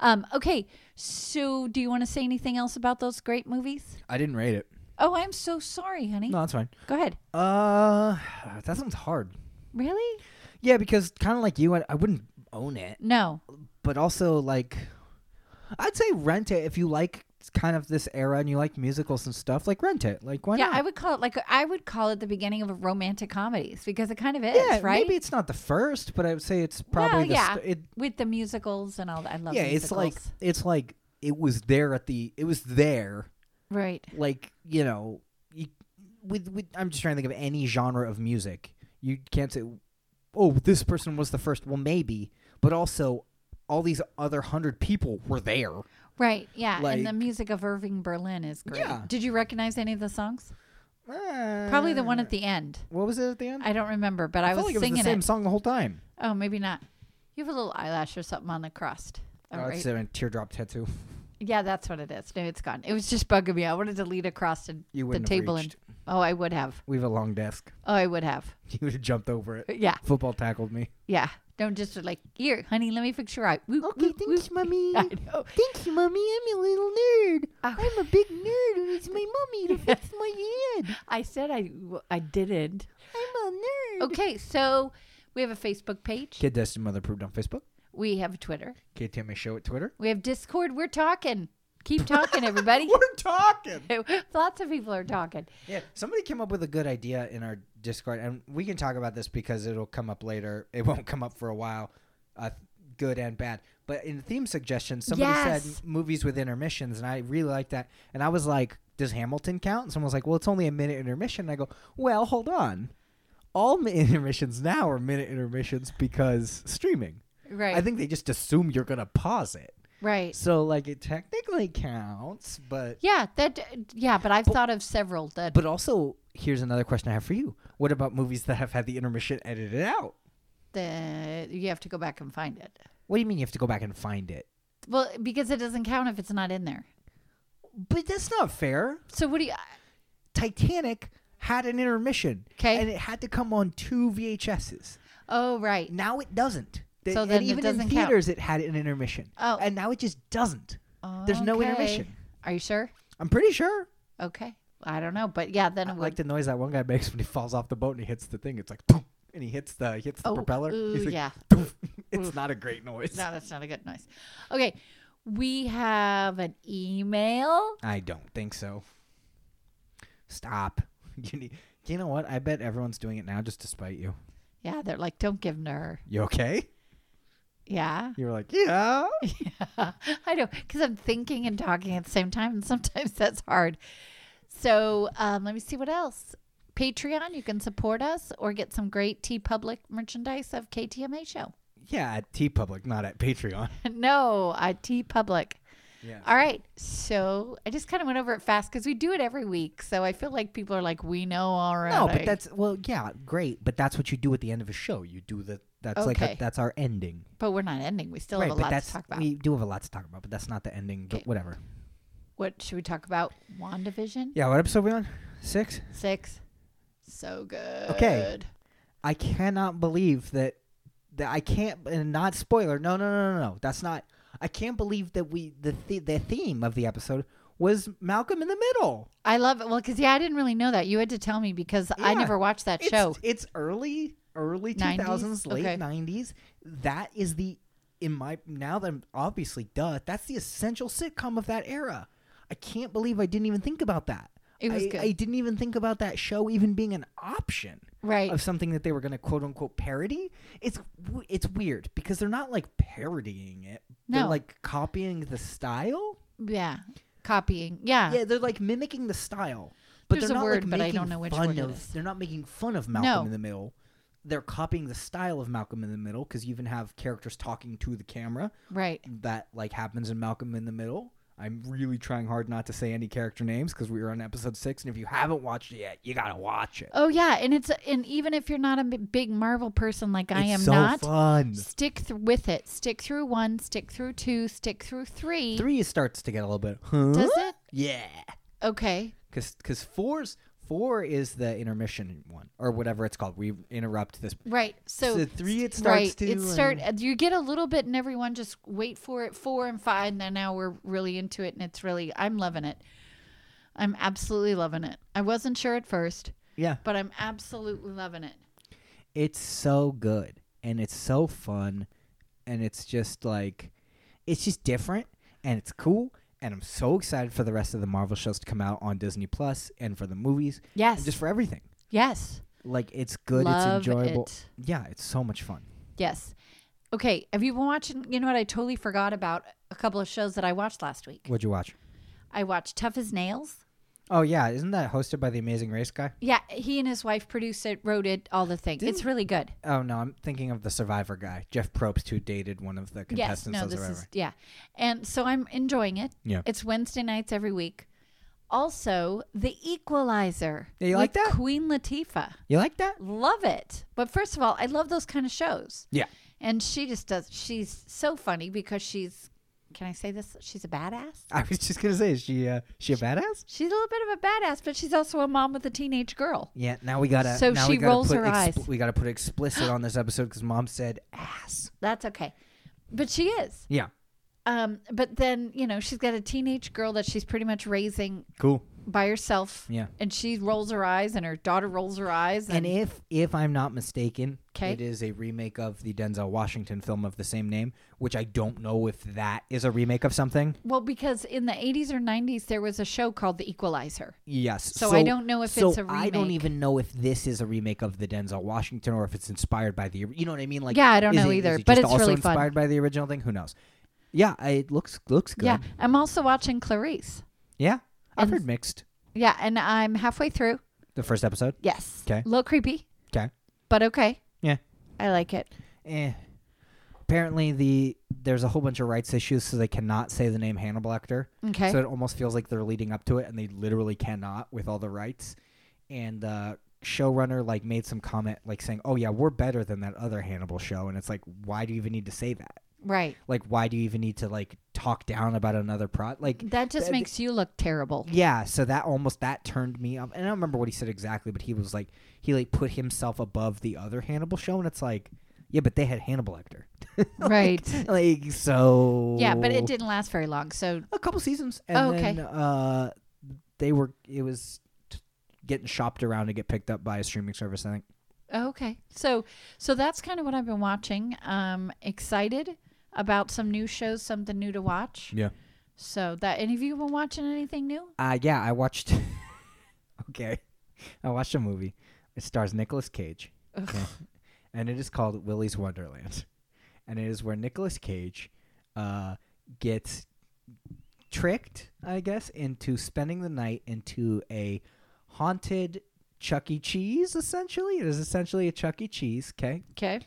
um, okay. So, do you want to say anything else about those great movies? I didn't rate it. Oh, I'm so sorry, honey. No, that's fine. Go ahead. Uh, that sounds hard. Really? Yeah, because kind of like you, I, I wouldn't own it, No. but also like, I'd say rent it if you like kind of this era and you like musicals and stuff. Like rent it. Like why yeah, not? I would call it like I would call it the beginning of romantic comedies because it kind of is, yeah, right? maybe it's not the first, but I would say it's probably Well, the yeah. st- it, with the musicals and all that. I love yeah. It's musicals. like it's like it was there at the it was there right. like you know you, with with I'm just trying to think of any genre of music. You can't say, oh, this person was the first. Well, maybe, but also all these other hundred people were there. Right. Yeah. and the Like- music of Irving Berlin is great. Yeah. Did you recognize any of the songs? Eh. Probably the one at the end. What was it at the end? I don't remember, but I, felt Um, was like it was singing the it. same song the whole time. Oh, maybe not. You have a little eyelash or something on the crust. All Oh, right. it's a teardrop tattoo. Yeah, that's what it is. No, it's gone. It was just bugging me. I wanted to lead across and You the wouldn't have table and reached. oh, I would have. We have a long desk. Oh, I would have. You would have jumped over it. Yeah, Football tackled me. yeah. Don't just like here, honey. Let me fix your eye. Woo, woo, woo. mommy. I know. Thanks, mommy. I'm a little nerd. Oh. a big nerd, and it's my mommy to fix my head. I said I I didn't. I'm a nerd. Okay, so we have a Facebook page. Kid Destin Mother Approved on Facebook. We have Twitter. Kid Tammy Show at Twitter. We have Discord. We're talking. Keep talking, everybody. talking. Lots of people are talking. Yeah, somebody came up with a good idea in our Discord, and we can talk about this because it'll come up later. It won't come up for a while, uh, good and bad. But in theme suggestions, somebody Yes. said movies with intermissions, and I really like that. And I was like, "Does Hamilton count?" And someone was like, "Well, it's only a minute intermission." And I go, "Well, hold on." All mi- intermissions now are minute intermissions because streaming. Right. I think they just assume you're gonna pause it, right. so like it technically counts, but Yeah. That. Yeah. But I've thought of several that. But also, here's another question I have for you. What about movies that have had the intermission edited out? that you have to go back and find it. What do you mean you have to go back and find it? Well, because it doesn't count if it's not in there. But that's not fair. So what do you? Titanic had an intermission. 'Kay. And it had to come on two VHSs. Oh, right. Now it doesn't. They- So and then it even doesn't in count. theaters, it had an intermission. Oh. And now it just doesn't. There's no Okay. intermission. Are you sure? I'm pretty sure. Okay. I don't know, but yeah, then I it would. like the noise that one guy makes when he falls off the boat and he hits the thing. It's like, boom, and he hits the he hits the oh, propeller. ooh, He's like, yeah. "Poof." it's not a great noise. No, that's not a good noise. Okay, we have an email. I don't think so. Stop. You need. You know what? I bet everyone's doing it now just to spite you. Yeah, they're like, don't give ner. You okay? Yeah. You were like, yeah. I know, because I'm thinking and talking at the same time, and sometimes that's hard. So um, let me see what else. Patreon, you can support us or get some great T Public merchandise of KTMA show. Yeah, at T Public, not at Patreon. no, I T Public. Yeah. All right. So I just kind of went over it fast because we do it every week. So I feel like people are like, we know already. No, but that's well, yeah, great. But that's what you do at the end of a show. You do the that's like Okay. a, that's our ending. But we're not ending. We still right, have a but lot that's to talk about. we do have a lot to talk about, but that's not the ending. But Okay. whatever. What should we talk about? WandaVision? Yeah, what episode are we on? Six. Six. So good. I cannot believe that that I can't and not spoiler. No, no, no, no, no. That's not. I can't believe that we the the, the theme of the episode was Malcolm in the Middle. I love it. Well, because, yeah, I didn't really know that. You had to tell me because I Yeah. never watched that It's, show. It's early, early two 90s? thousands, Okay. late nineties. That is the in my now that I'm obviously duh. That's the essential sitcom of that era. I can't believe I didn't even think about that. It was I, good. I didn't even think about that show even being an option. right. of something that they were going to quote unquote parody. It's w- it's weird because they're not like parodying it. No. They're like copying the style. yeah. Copying. Yeah. Yeah, they're like mimicking the style. But Uh, There's they're a not word, like but I making don't know which fun word it of is. they're not making fun of Malcolm No. in the Middle. They're copying the style of Malcolm in the Middle cuz you even have characters talking to the camera Right. that like happens in Malcolm in the Middle. I'm really trying hard not to say any character names cuz we were on episode 6 and if you haven't watched it yet, you got to watch it. Oh, yeah. And it's, and even if you're not a b- big Marvel person like I it's am so not, fun. stick th- with it. Stick through one, stick through two, stick through three. Three starts to get a little bit. Huh? Does it? Yeah, Okay. because because four's four is the intermission one or whatever it's called. We interrupt this. Right. So, So three it st- starts right. to It start. and- You get a little bit, and everyone just wait for it. Four and five, and then now we're really into it, and it's really. I'm loving it. I'm absolutely loving it. I wasn't sure at first, Yeah, but I'm absolutely loving it. it's so good and it's so fun, and it's just like, it's just different and it's cool. And I'm so excited for the rest of the Marvel shows to come out on Disney Plus and for the movies Yes. and just for everything. yes. Like it's good, Love it's enjoyable. it. Yeah, it's so much fun. Yes. Okay. Have you been watching? You know what? I totally forgot about a couple of shows that I watched last week. What'd you watch? I watched Tough as Nails. Oh yeah, isn't that hosted by the Amazing Race guy? Yeah, he and his wife produced it, wrote it, all the things. It's Didn't- really good. Oh no, I'm thinking of the Survivor guy, Jeff Probst, who dated one of the Yes, contestants no, of this Survivor. is yeah, and so I'm enjoying it. Yeah. it's Wednesday nights every week. Also, The Equalizer. Yeah, you like with that? Queen Latifah. You like that? Love it. But first of all, I love those kind of shows. Yeah. And she just does. She's so funny because she's. Can I say this? She's a badass. I was just gonna say, is she uh, she a badass? She's a little bit of a badass, but she's also a mom with a teenage girl. Yeah. Now we gotta. So now she we gotta rolls put her expl- eyes. We gotta put explicit on this episode because mom said ass. That's okay. But she is. Yeah. Um, but then, you know, she's got a teenage girl that she's pretty much raising Cool. by herself. Yeah. And she rolls her eyes and her daughter rolls her eyes. And And, if if I'm not mistaken, 'Kay. it is a remake of the Denzel Washington film of the same name, which I don't know if that is a remake of something. well, because in the 80s or 90s, there was a show called The Equalizer. Yes. So I don't know if so it's a I don't remake. even know if this is a remake of the Denzel Washington or if it's inspired by the. You know what I mean? Like Yeah, I don't is know it- either, is it but just it's also really fun. inspired by the original thing. Who knows? Yeah, I- it looks looks good. Yeah. I'm also watching Clarice. Yeah, I've And- heard mixed. Yeah. And I'm halfway through. The first episode. Yes. 'Kay. A little creepy, Okay. but okay. Yeah. I like it. Eh. Apparently the there's a whole bunch of rights issues, so they cannot say the name Hannibal Lecter. Okay. So it almost feels like they're leading up to it, and they literally cannot with all the rights. And uh, showrunner like made some comment like saying, "Oh yeah, we're better than that other Hannibal show," and it's like, why do you even need to say that? right. Like, why do you even need to like talk down about another prod? Like, That just Th- makes you look terrible. yeah. So that almost that turned me off. And I don't remember what he said exactly, but he was like, he like put himself above the other Hannibal show, and it's like, yeah, but they had Hannibal Lecter, right. like so. Yeah, but it didn't last very long. So a couple seasons, and Oh, okay. then uh, they were. It was getting shopped around to get picked up by a streaming service. I think. Okay. So so that's kind of what I've been watching. Um excited about some new shows, something new to watch. Yeah. So that any of you been watching anything new? Uh yeah, I watched. okay, I watched a movie. It stars Nicolas Cage, Ugh. Okay. and it is called Willy's Wonderland, and it is where Nicolas Cage, uh, gets tricked, I guess, into spending the night into a haunted Chuck E. Cheese. Essentially, it is essentially a Chuck E. Cheese. Okay, Okay.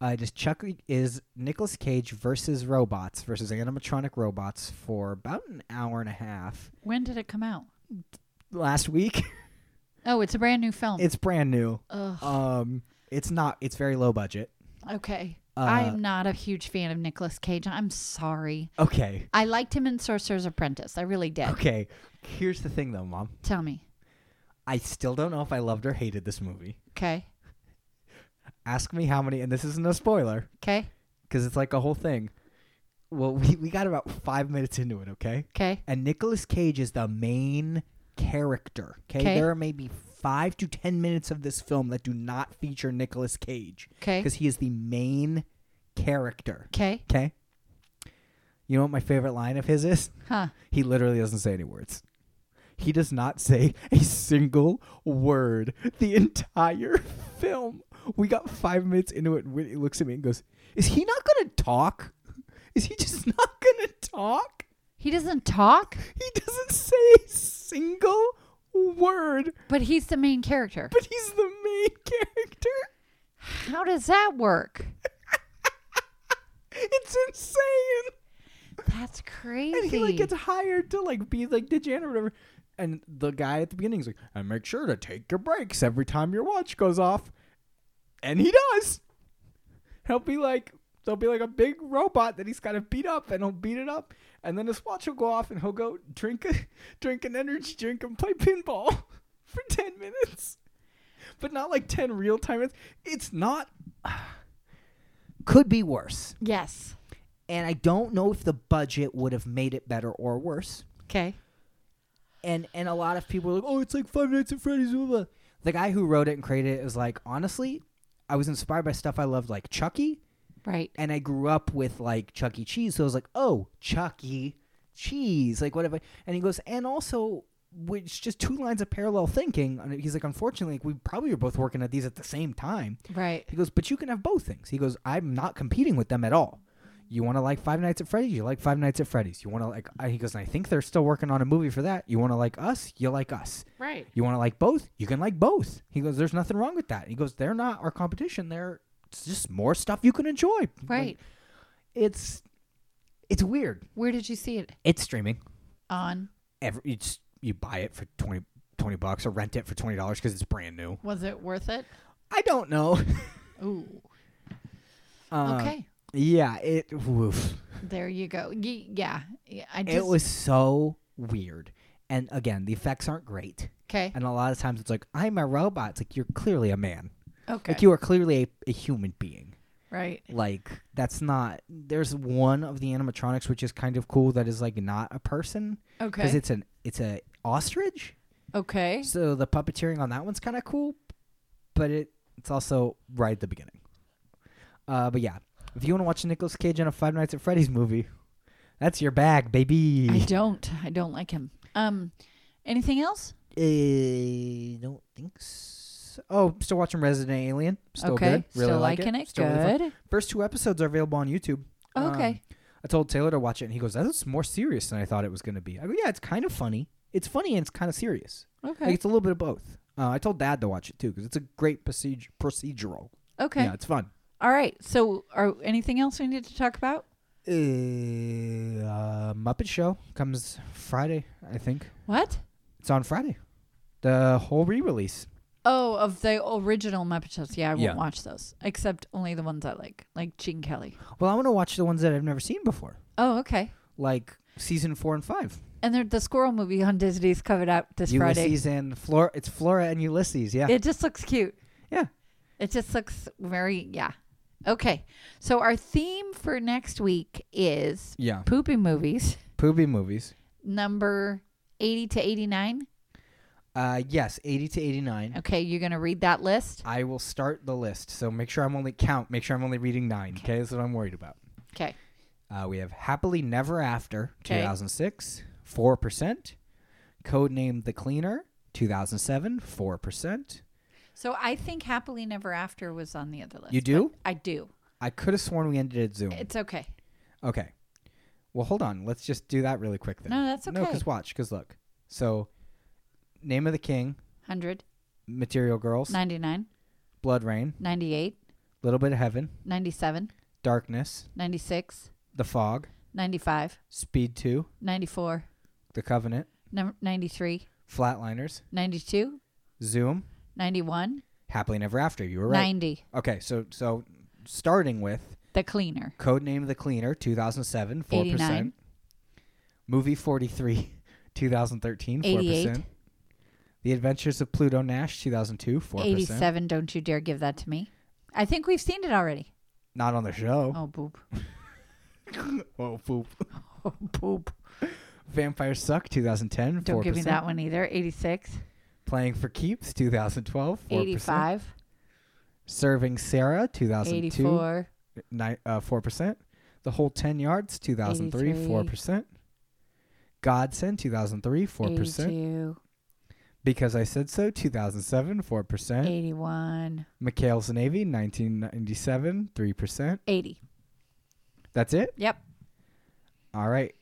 uh, it is Chuck E- is Nicolas Cage versus robots versus animatronic robots for about an hour and a half When did it come out? last week. Oh, it's a brand new film. It's brand new. Ugh. Um, it's not. It's very low budget. okay. Uh, I'm not a huge fan of Nicolas Cage. I'm sorry. okay. I liked him in Sorcerer's Apprentice. I really did. Okay. Here's the thing, though, Mom. Tell me. I still don't know if I loved or hated this movie. Okay. Ask me how many, and this isn't a spoiler Okay. because it's like a whole thing. Well, we, we got about five minutes into it, okay? Okay. And Nicolas Cage is the main character, okay? 'Kay. There are maybe five to ten minutes of this film that do not feature Nicolas Cage Okay. because he is the main character, Okay. okay? You know what my favorite line of his is? Huh. He literally doesn't say any words. He does not say a single word the entire film. We got five minutes into it, and Whitney looks at me and goes, Is he not going to talk? Is he just not going to talk? He doesn't talk, He doesn't say a single word, but he's the main character. but he's the main character. How does that work? It's insane. That's crazy. And he like gets hired to like be like the janitor or whatever. And the guy at the beginning is like, and make sure to take your breaks every time your watch goes off. And he does. He'll be like there'll be like a big robot that he's gotta beat up and he'll beat it up and then his watch will go off and he'll go drink a drink an energy drink and play pinball for ten minutes. But not like ten real time minutes. It's not could be worse yes. and I don't know if the budget would have made it better or worse. Okay. And and a lot of people are like, oh, it's like Five Nights at Freddy's. Blah, blah. The guy who wrote it and created it was like, honestly, I was inspired by stuff I loved, like Chucky, Right. and I grew up with like Chuck E. Cheese, so I was like, oh, Chuck E. Cheese, like whatever. And he goes, and also, which just two lines of parallel thinking. And he's like, unfortunately, like, we probably were both working at these at the same time. Right. He goes, but you can have both things. He goes, I'm not competing with them at all. You want to like Five Nights at Freddy's, you like Five Nights at Freddy's. You want to like, I- he goes, and I think they're still working on a movie for that. You want to like us, you like us. Right. You want to like both, you can like both. He goes, there's nothing wrong with that. He goes, they're not our competition. They're it's just more stuff you can enjoy. Like, Right. it's it's weird. Where did you see it? It's streaming. On. Every you just you buy it for 20, 20 bucks or rent it for twenty dollars because it's brand new. Was it worth it? I don't know. Ooh. Uh, okay. Yeah. It. Woof. There you go. Ye- yeah. Yeah, I just. it was so weird. And again, the effects aren't great. Okay. And a lot of times it's like, I'm a robot. It's like, you're clearly a man. Okay. Like, you are clearly a, a human being. right. Like, that's not. There's one of the animatronics which is kind of cool that is like not a person because Okay. it's an it's a ostrich. Okay. So the puppeteering on that one's kind of cool, but it it's also right at the beginning. Uh, but yeah, if you want to watch a Nicolas Cage in a Five Nights at Freddy's movie, that's your bag, baby. I don't. I don't like him. Um. Anything else? I don't think so. Oh, still watching Resident Alien. Still okay. good. Really Still like liking it. Still really fun. Good. Oh, First two episodes are available on YouTube. Um, okay. I told Taylor to watch it, and he goes, "That's more serious than I thought it was going to be." I go, "Yeah, it's kind of funny. It's funny and it's kind of serious. Okay. Like it's a little bit of both." Uh, I told Dad to watch it too because it's a great procedure procedural. okay. Yeah, it's fun. All right. So, are anything else we need to talk about? Uh, uh, Muppet Show comes Friday, I think. What? It's on Friday. The whole re-release. Oh, of the original Muppet Shows. Yeah, I won't Yeah. watch those except only the ones I like, like Gene Kelly. Well, I want to watch the ones that I've never seen before. Oh, okay. like season four and five. And there, the squirrel movie on Disney's coming out this Friday. Ulysses and Flora. It's Flora and Ulysses. Yeah. It just looks cute. Yeah. It just looks very yeah. Okay. So our theme for next week is yeah. poopy movies, Poopy movies. number eighty to eighty nine. Uh, yes, 80 to 89. Okay, you're going to read that list? I will start the list. So make sure I'm only count. Make sure I'm only reading nine. Okay, that's what I'm worried about. Okay. Uh, we have Happily Never After, 'Kay. 2006, 4%. Codename The Cleaner, 2007, 4%. So I think Happily Never After was on the other list. You do? but I do. I could have sworn we ended at Zoom. It's okay. okay. Well, hold on. Let's just do that really quick then. No, that's No, okay. because watch, because look. So, Name of the King, 100, Material Girls, 99, Blood Rain, 98, Little Bit of Heaven, 97, Darkness, 96, The Fog, 95, Speed 2, 94, The Covenant, num- 93, Flatliners, 92, Zoom, 91, Happily Never After. You were right. 90. Okay, so so starting with The Cleaner. Codename the Cleaner, 2007, 4%. 89. Movie 43, 2013, 88. 4%. The Adventures of Pluto Nash, 2002, 4%. 87, don't you dare give that to me. I think we've seen it already. Not on the show. Oh, boop. Oh, poop. Oh, boop. Vampires Suck, 2010, 4%. Don't give me that one either. 86, Playing for Keeps, 2012, 4%. 85, Serving Sarah, 2002, 84, ni- uh, 4%. The Whole 10 Yards, 2003, 83. 4%. Godsend, 2003, 4%. 82, Because I Said So, 2007, 4%. 81, McHale's Navy, 1997, 3%. 80. That's it? Yep. All right.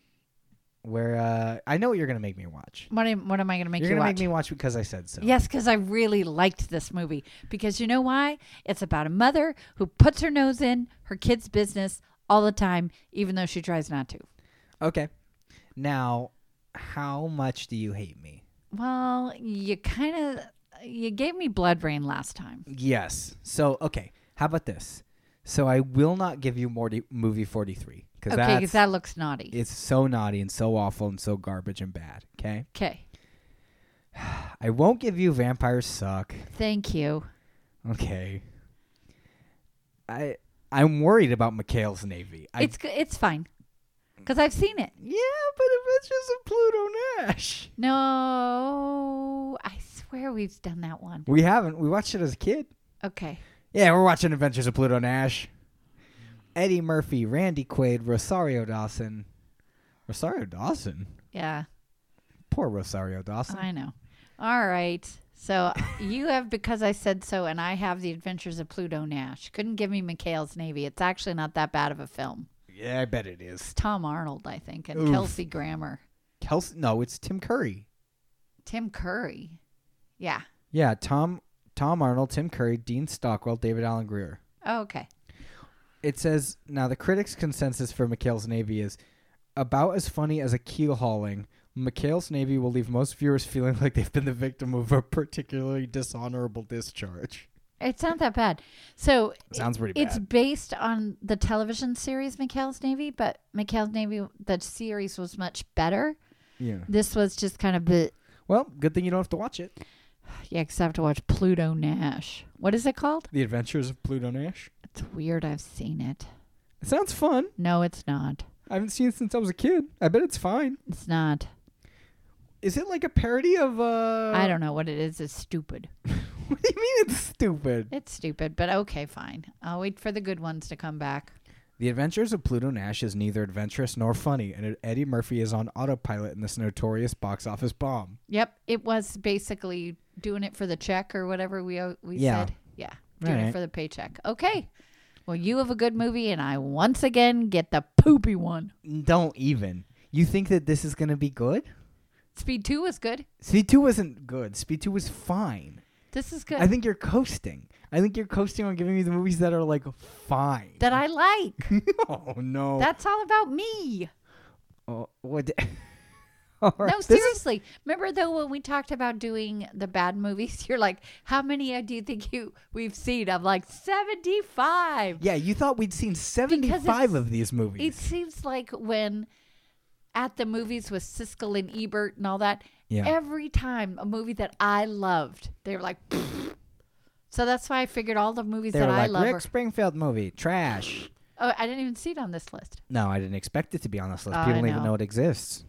Where uh I know what you're going to make me watch. What am, what am I going to make you're you gonna watch? make me watch because I said so. Yes, because I really liked this movie. Because you know why? It's about a mother who puts her nose in her kid's business all the time, even though she tries not to. Okay. Now, how much do you hate me? Well, you kind of you gave me blood rain last time. Yes. So, okay. How about this? So I will not give you more movie 43 cuz Okay, because that looks naughty. it's so naughty and so awful and so garbage and bad, okay? Okay, I won't give you Vampires Suck. thank you. Okay. I I'm worried about McHale's Navy. I It's it's g- it's fine because I've seen it. Yeah, but Adventures of Pluto Nash. No, I swear we've done that one. We haven't. We watched it as a kid. Okay, Yeah, we're watching Adventures of Pluto Nash. Eddie Murphy, Randy Quaid, Rosario Dawson. Rosario Dawson? yeah, Poor Rosario Dawson. I know. All right. So you have because I said so, and I have the Adventures of Pluto Nash. Couldn't give me McHale's Navy. It's actually not that bad of a film. yeah, I bet it It's is. Tom Arnold, I think, and Oof. Kelsey Grammer, Kelsey, no, it's Tim Curry. Tim Curry. Yeah. Yeah, Tom Tom Arnold, Tim Curry, Dean Stockwell, David Allen Greer. Oh, okay. It says now the critics' consensus for McHale's Navy is about as funny as a keel hauling. McHale's Navy will leave most viewers feeling like they've been the victim of a particularly dishonorable discharge. It's not that bad. So Sounds pretty it's bad. based on the television series McHale's Navy, but McHale's Navy the series was much better. Yeah. This was just kind of the Well, good thing you don't have to watch it. yeah, because I have to watch Pluto Nash. What is it called? The Adventures of Pluto Nash. It's weird. I've seen it. It sounds fun. No, it's not. I haven't seen it since I was a kid. I bet it's fine. It's not. Is it like a parody of uh I don't know what it is. It's stupid. What do you mean it's stupid? It's stupid, but okay, fine. I'll wait for the good ones to come back. The Adventures of Pluto Nash is neither adventurous nor funny, and Eddie Murphy is on autopilot in this notorious box office bomb. Yep, it was basically doing it for the check or whatever we o- we Yeah. said. Yeah, doing Alright. it for the paycheck. Okay. Well, you have a good movie, and I once again get the poopy one. Don't even. You think that this is gonna be good? Speed two was good. Speed two wasn't good. Speed two was fine. This is good I think you're coasting. I think you're coasting on giving me the movies that are like fine. that I like. oh no. That's all about me. Oh, what? All right. No, This is- seriously. Remember though when we talked about doing the bad movies, you're like, "How many uh, do you think you we've seen?" I'm like, "75." yeah, you thought we'd seen 75 it's- of these movies. It seems like when at the movies with Siskel and Ebert and all that, Yeah. every time a movie that I loved, they were like, "Pfft." so that's why I figured all the movies they that were I like, love. Rick Are, Springfield movie, trash. oh, I didn't even see it on this list. No, I didn't expect it to be on this list. Oh, I People don't even know. know it exists.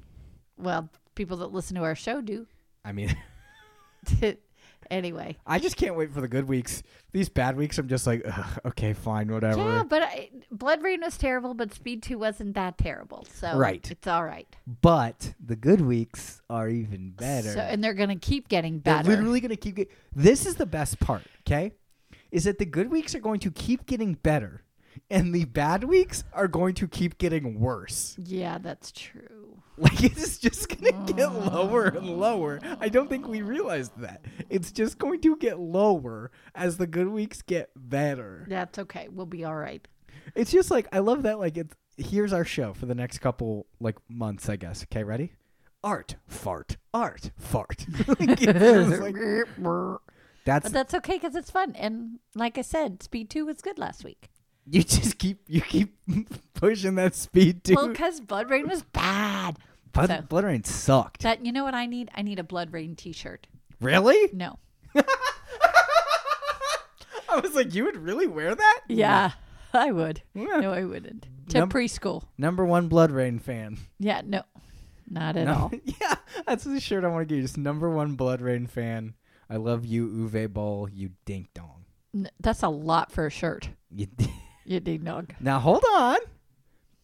Well, people that listen to our show do. I mean, anyway. I just can't wait for the good weeks. These bad weeks, I'm just like, "Ugh, okay, fine, whatever. Yeah, but I, Blood Rain was terrible, but Speed 2 wasn't that terrible. So Right. it's all right. But the good weeks are even better. So, and they're going to keep getting They're better. literally going to keep get- This is the best part, okay? Is that the good weeks are going to keep getting better and the bad weeks are going to keep getting worse. yeah, that's true. Like it's just going to get lower and lower. I don't think we realized that. It's just going to get lower as the good weeks get better. That's okay. We'll be all right. It's just like I love that like it's here's our show for the next couple like months, I guess. Okay, ready? Art, fart, art, fart. Like, it's just like- that's But that's okay because it's fun. And like I said, Speed 2 was good last week. You just keep you keep pushing that speed dude. Well, because Blood Rain was bad. Blood, so- Blood Rain sucked. That You know what I need? I need a Blood Rain t shirt. really? No. I was like, you would really wear that? Yeah, I would. Yeah. No, I wouldn't. To Num- preschool. Number one Blood Rain fan. Yeah, no. Not at No- all. yeah, that's the shirt I want to get. you. Just number one Blood Rain fan. I love you, Uwe Boll. You dink dong. N- That's a lot for a shirt. You You ding dog. now hold on.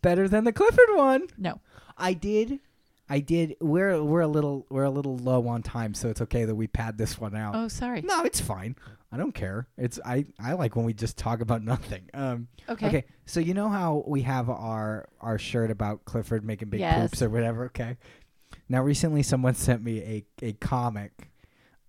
Better than the Clifford one. No. I did. I did. We're we're a little we're a little low on time, so it's okay that we pad this one out. Oh, sorry. No, it's fine. I don't care. It's I I like when we just talk about nothing. Um, Okay. okay. So you know how we have our our shirt about Clifford making big Yes. poops or whatever. Okay. Now recently, someone sent me a a comic,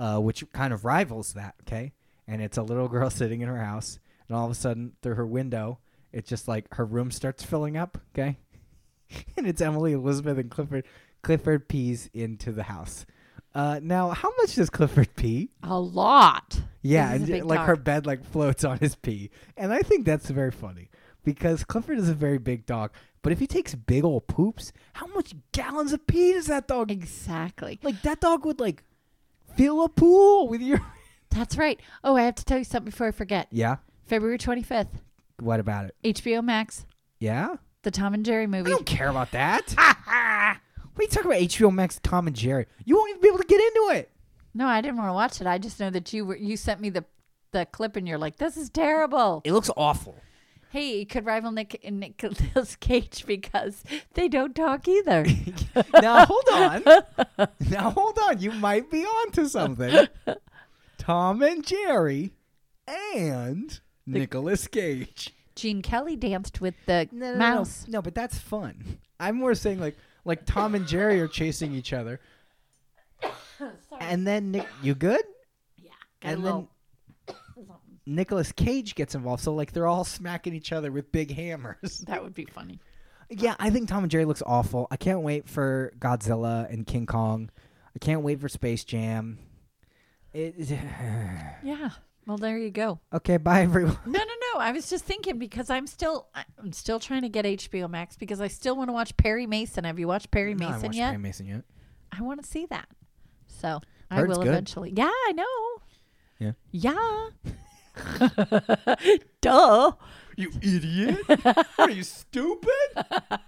uh, which kind of rivals that. Okay, and it's a little girl sitting in her house, and all of a sudden through her window, it's just like her room starts filling up. Okay, and it's Emily, Elizabeth, and Clifford. Clifford pees into the house. Uh, now, how much does Clifford pee? A lot. Yeah, This and is a j- big like dog. her bed like floats on his pee, and I think that's very funny because Clifford is a very big dog. But if he takes big old poops, how much gallons of pee does that dog? Exactly. Like that dog would like fill a pool with your. That's right. Oh, I have to tell you something before I forget. Yeah. February 25th, What about it? HBO Max, Yeah. the Tom and Jerry I movie. don't care about that. what are you talking about? HBO Max, Tom and Jerry. You won't even be able to get into it. No, I didn't want to watch it. I just know that you were you sent me the the clip and you're like, "This is terrible." It looks awful. Hey, it could rival Nick and Nicolas Cage because they don't talk either. now hold on. now hold on. You might be onto something. Tom and Jerry and Nicolas Cage. Gene Kelly danced with the mouse. No, but that's fun. I'm more saying like like Tom and Jerry are chasing each other. And then Nick, you good? Got a and little- then Nicolas Cage gets involved, so like they're all smacking each other with big hammers. that would be funny. Yeah, I think Tom and Jerry looks awful. I can't wait for Godzilla and King Kong. I can't wait for Space Jam. It, Yeah. Well, there you go. okay, bye everyone. No, no, no. I was just thinking because I'm still I'm still trying to get HBO Max because I still want to watch Perry Mason. Have you watched Perry No, I Mason watched yet? Perry Mason yet? I want to see that. So I Heard it's will good. eventually. Yeah, I know. Yeah. Yeah. Duh. You idiot! Are you stupid?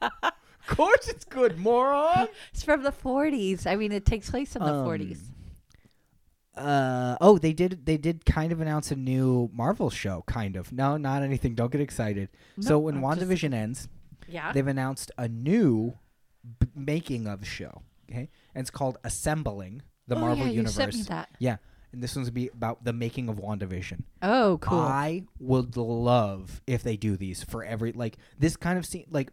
of course it's good, moron. It's from the 40s. I mean, it takes place in the Um, 40s. Uh oh, they did they did kind of announce a new Marvel show, kind of. No, not anything. Don't get excited. so No, when I'm just- WandaVision ends, Yeah. they've announced a new b- making of show. Okay, and it's called Assembling the Oh, Marvel yeah, you Universe. sent me that. Yeah, and this one's gonna be about the making of WandaVision. Oh, cool. I would love if they do these for every like this kind of scene. Like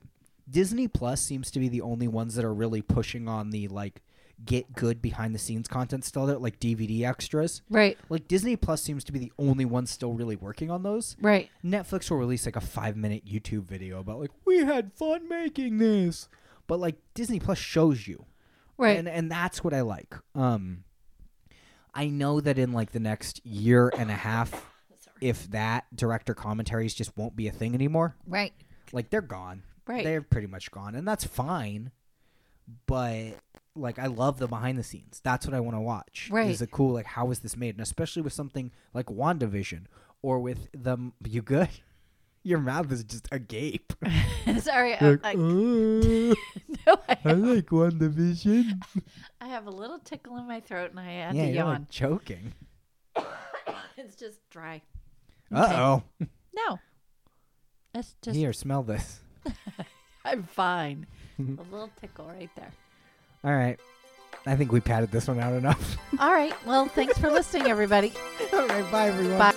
Disney Plus seems to be the only ones that are really pushing on the like get good behind the scenes content still that like DVD extras. right. Like Disney Plus seems to be the only one still really working on those. Right. Netflix will release like a five minute YouTube video about like we had fun making this, but like Disney Plus shows you, Right. and and that's what I like. Um, I know that in like the next year and a half, if that director commentaries just won't be a thing anymore, right. like they're gone, Right. they're pretty much gone, and that's fine. But like I love the behind the scenes. That's what I want to watch. Right. Is it cool? Like how is this made? And especially with something like WandaVision or with the you good. Your mouth is just agape. Sorry, I, Like, I, "Oh, no, I, I like WandaVision. I have a little tickle in my throat and I had yeah, to you're yawn. like choking. it's just dry. Uh oh. No, it's just Here, smell this. I'm fine. a little tickle right there. All right. I think we padded this one out enough. All right. Well, thanks for listening, everybody. All right. Bye, everyone. Bye.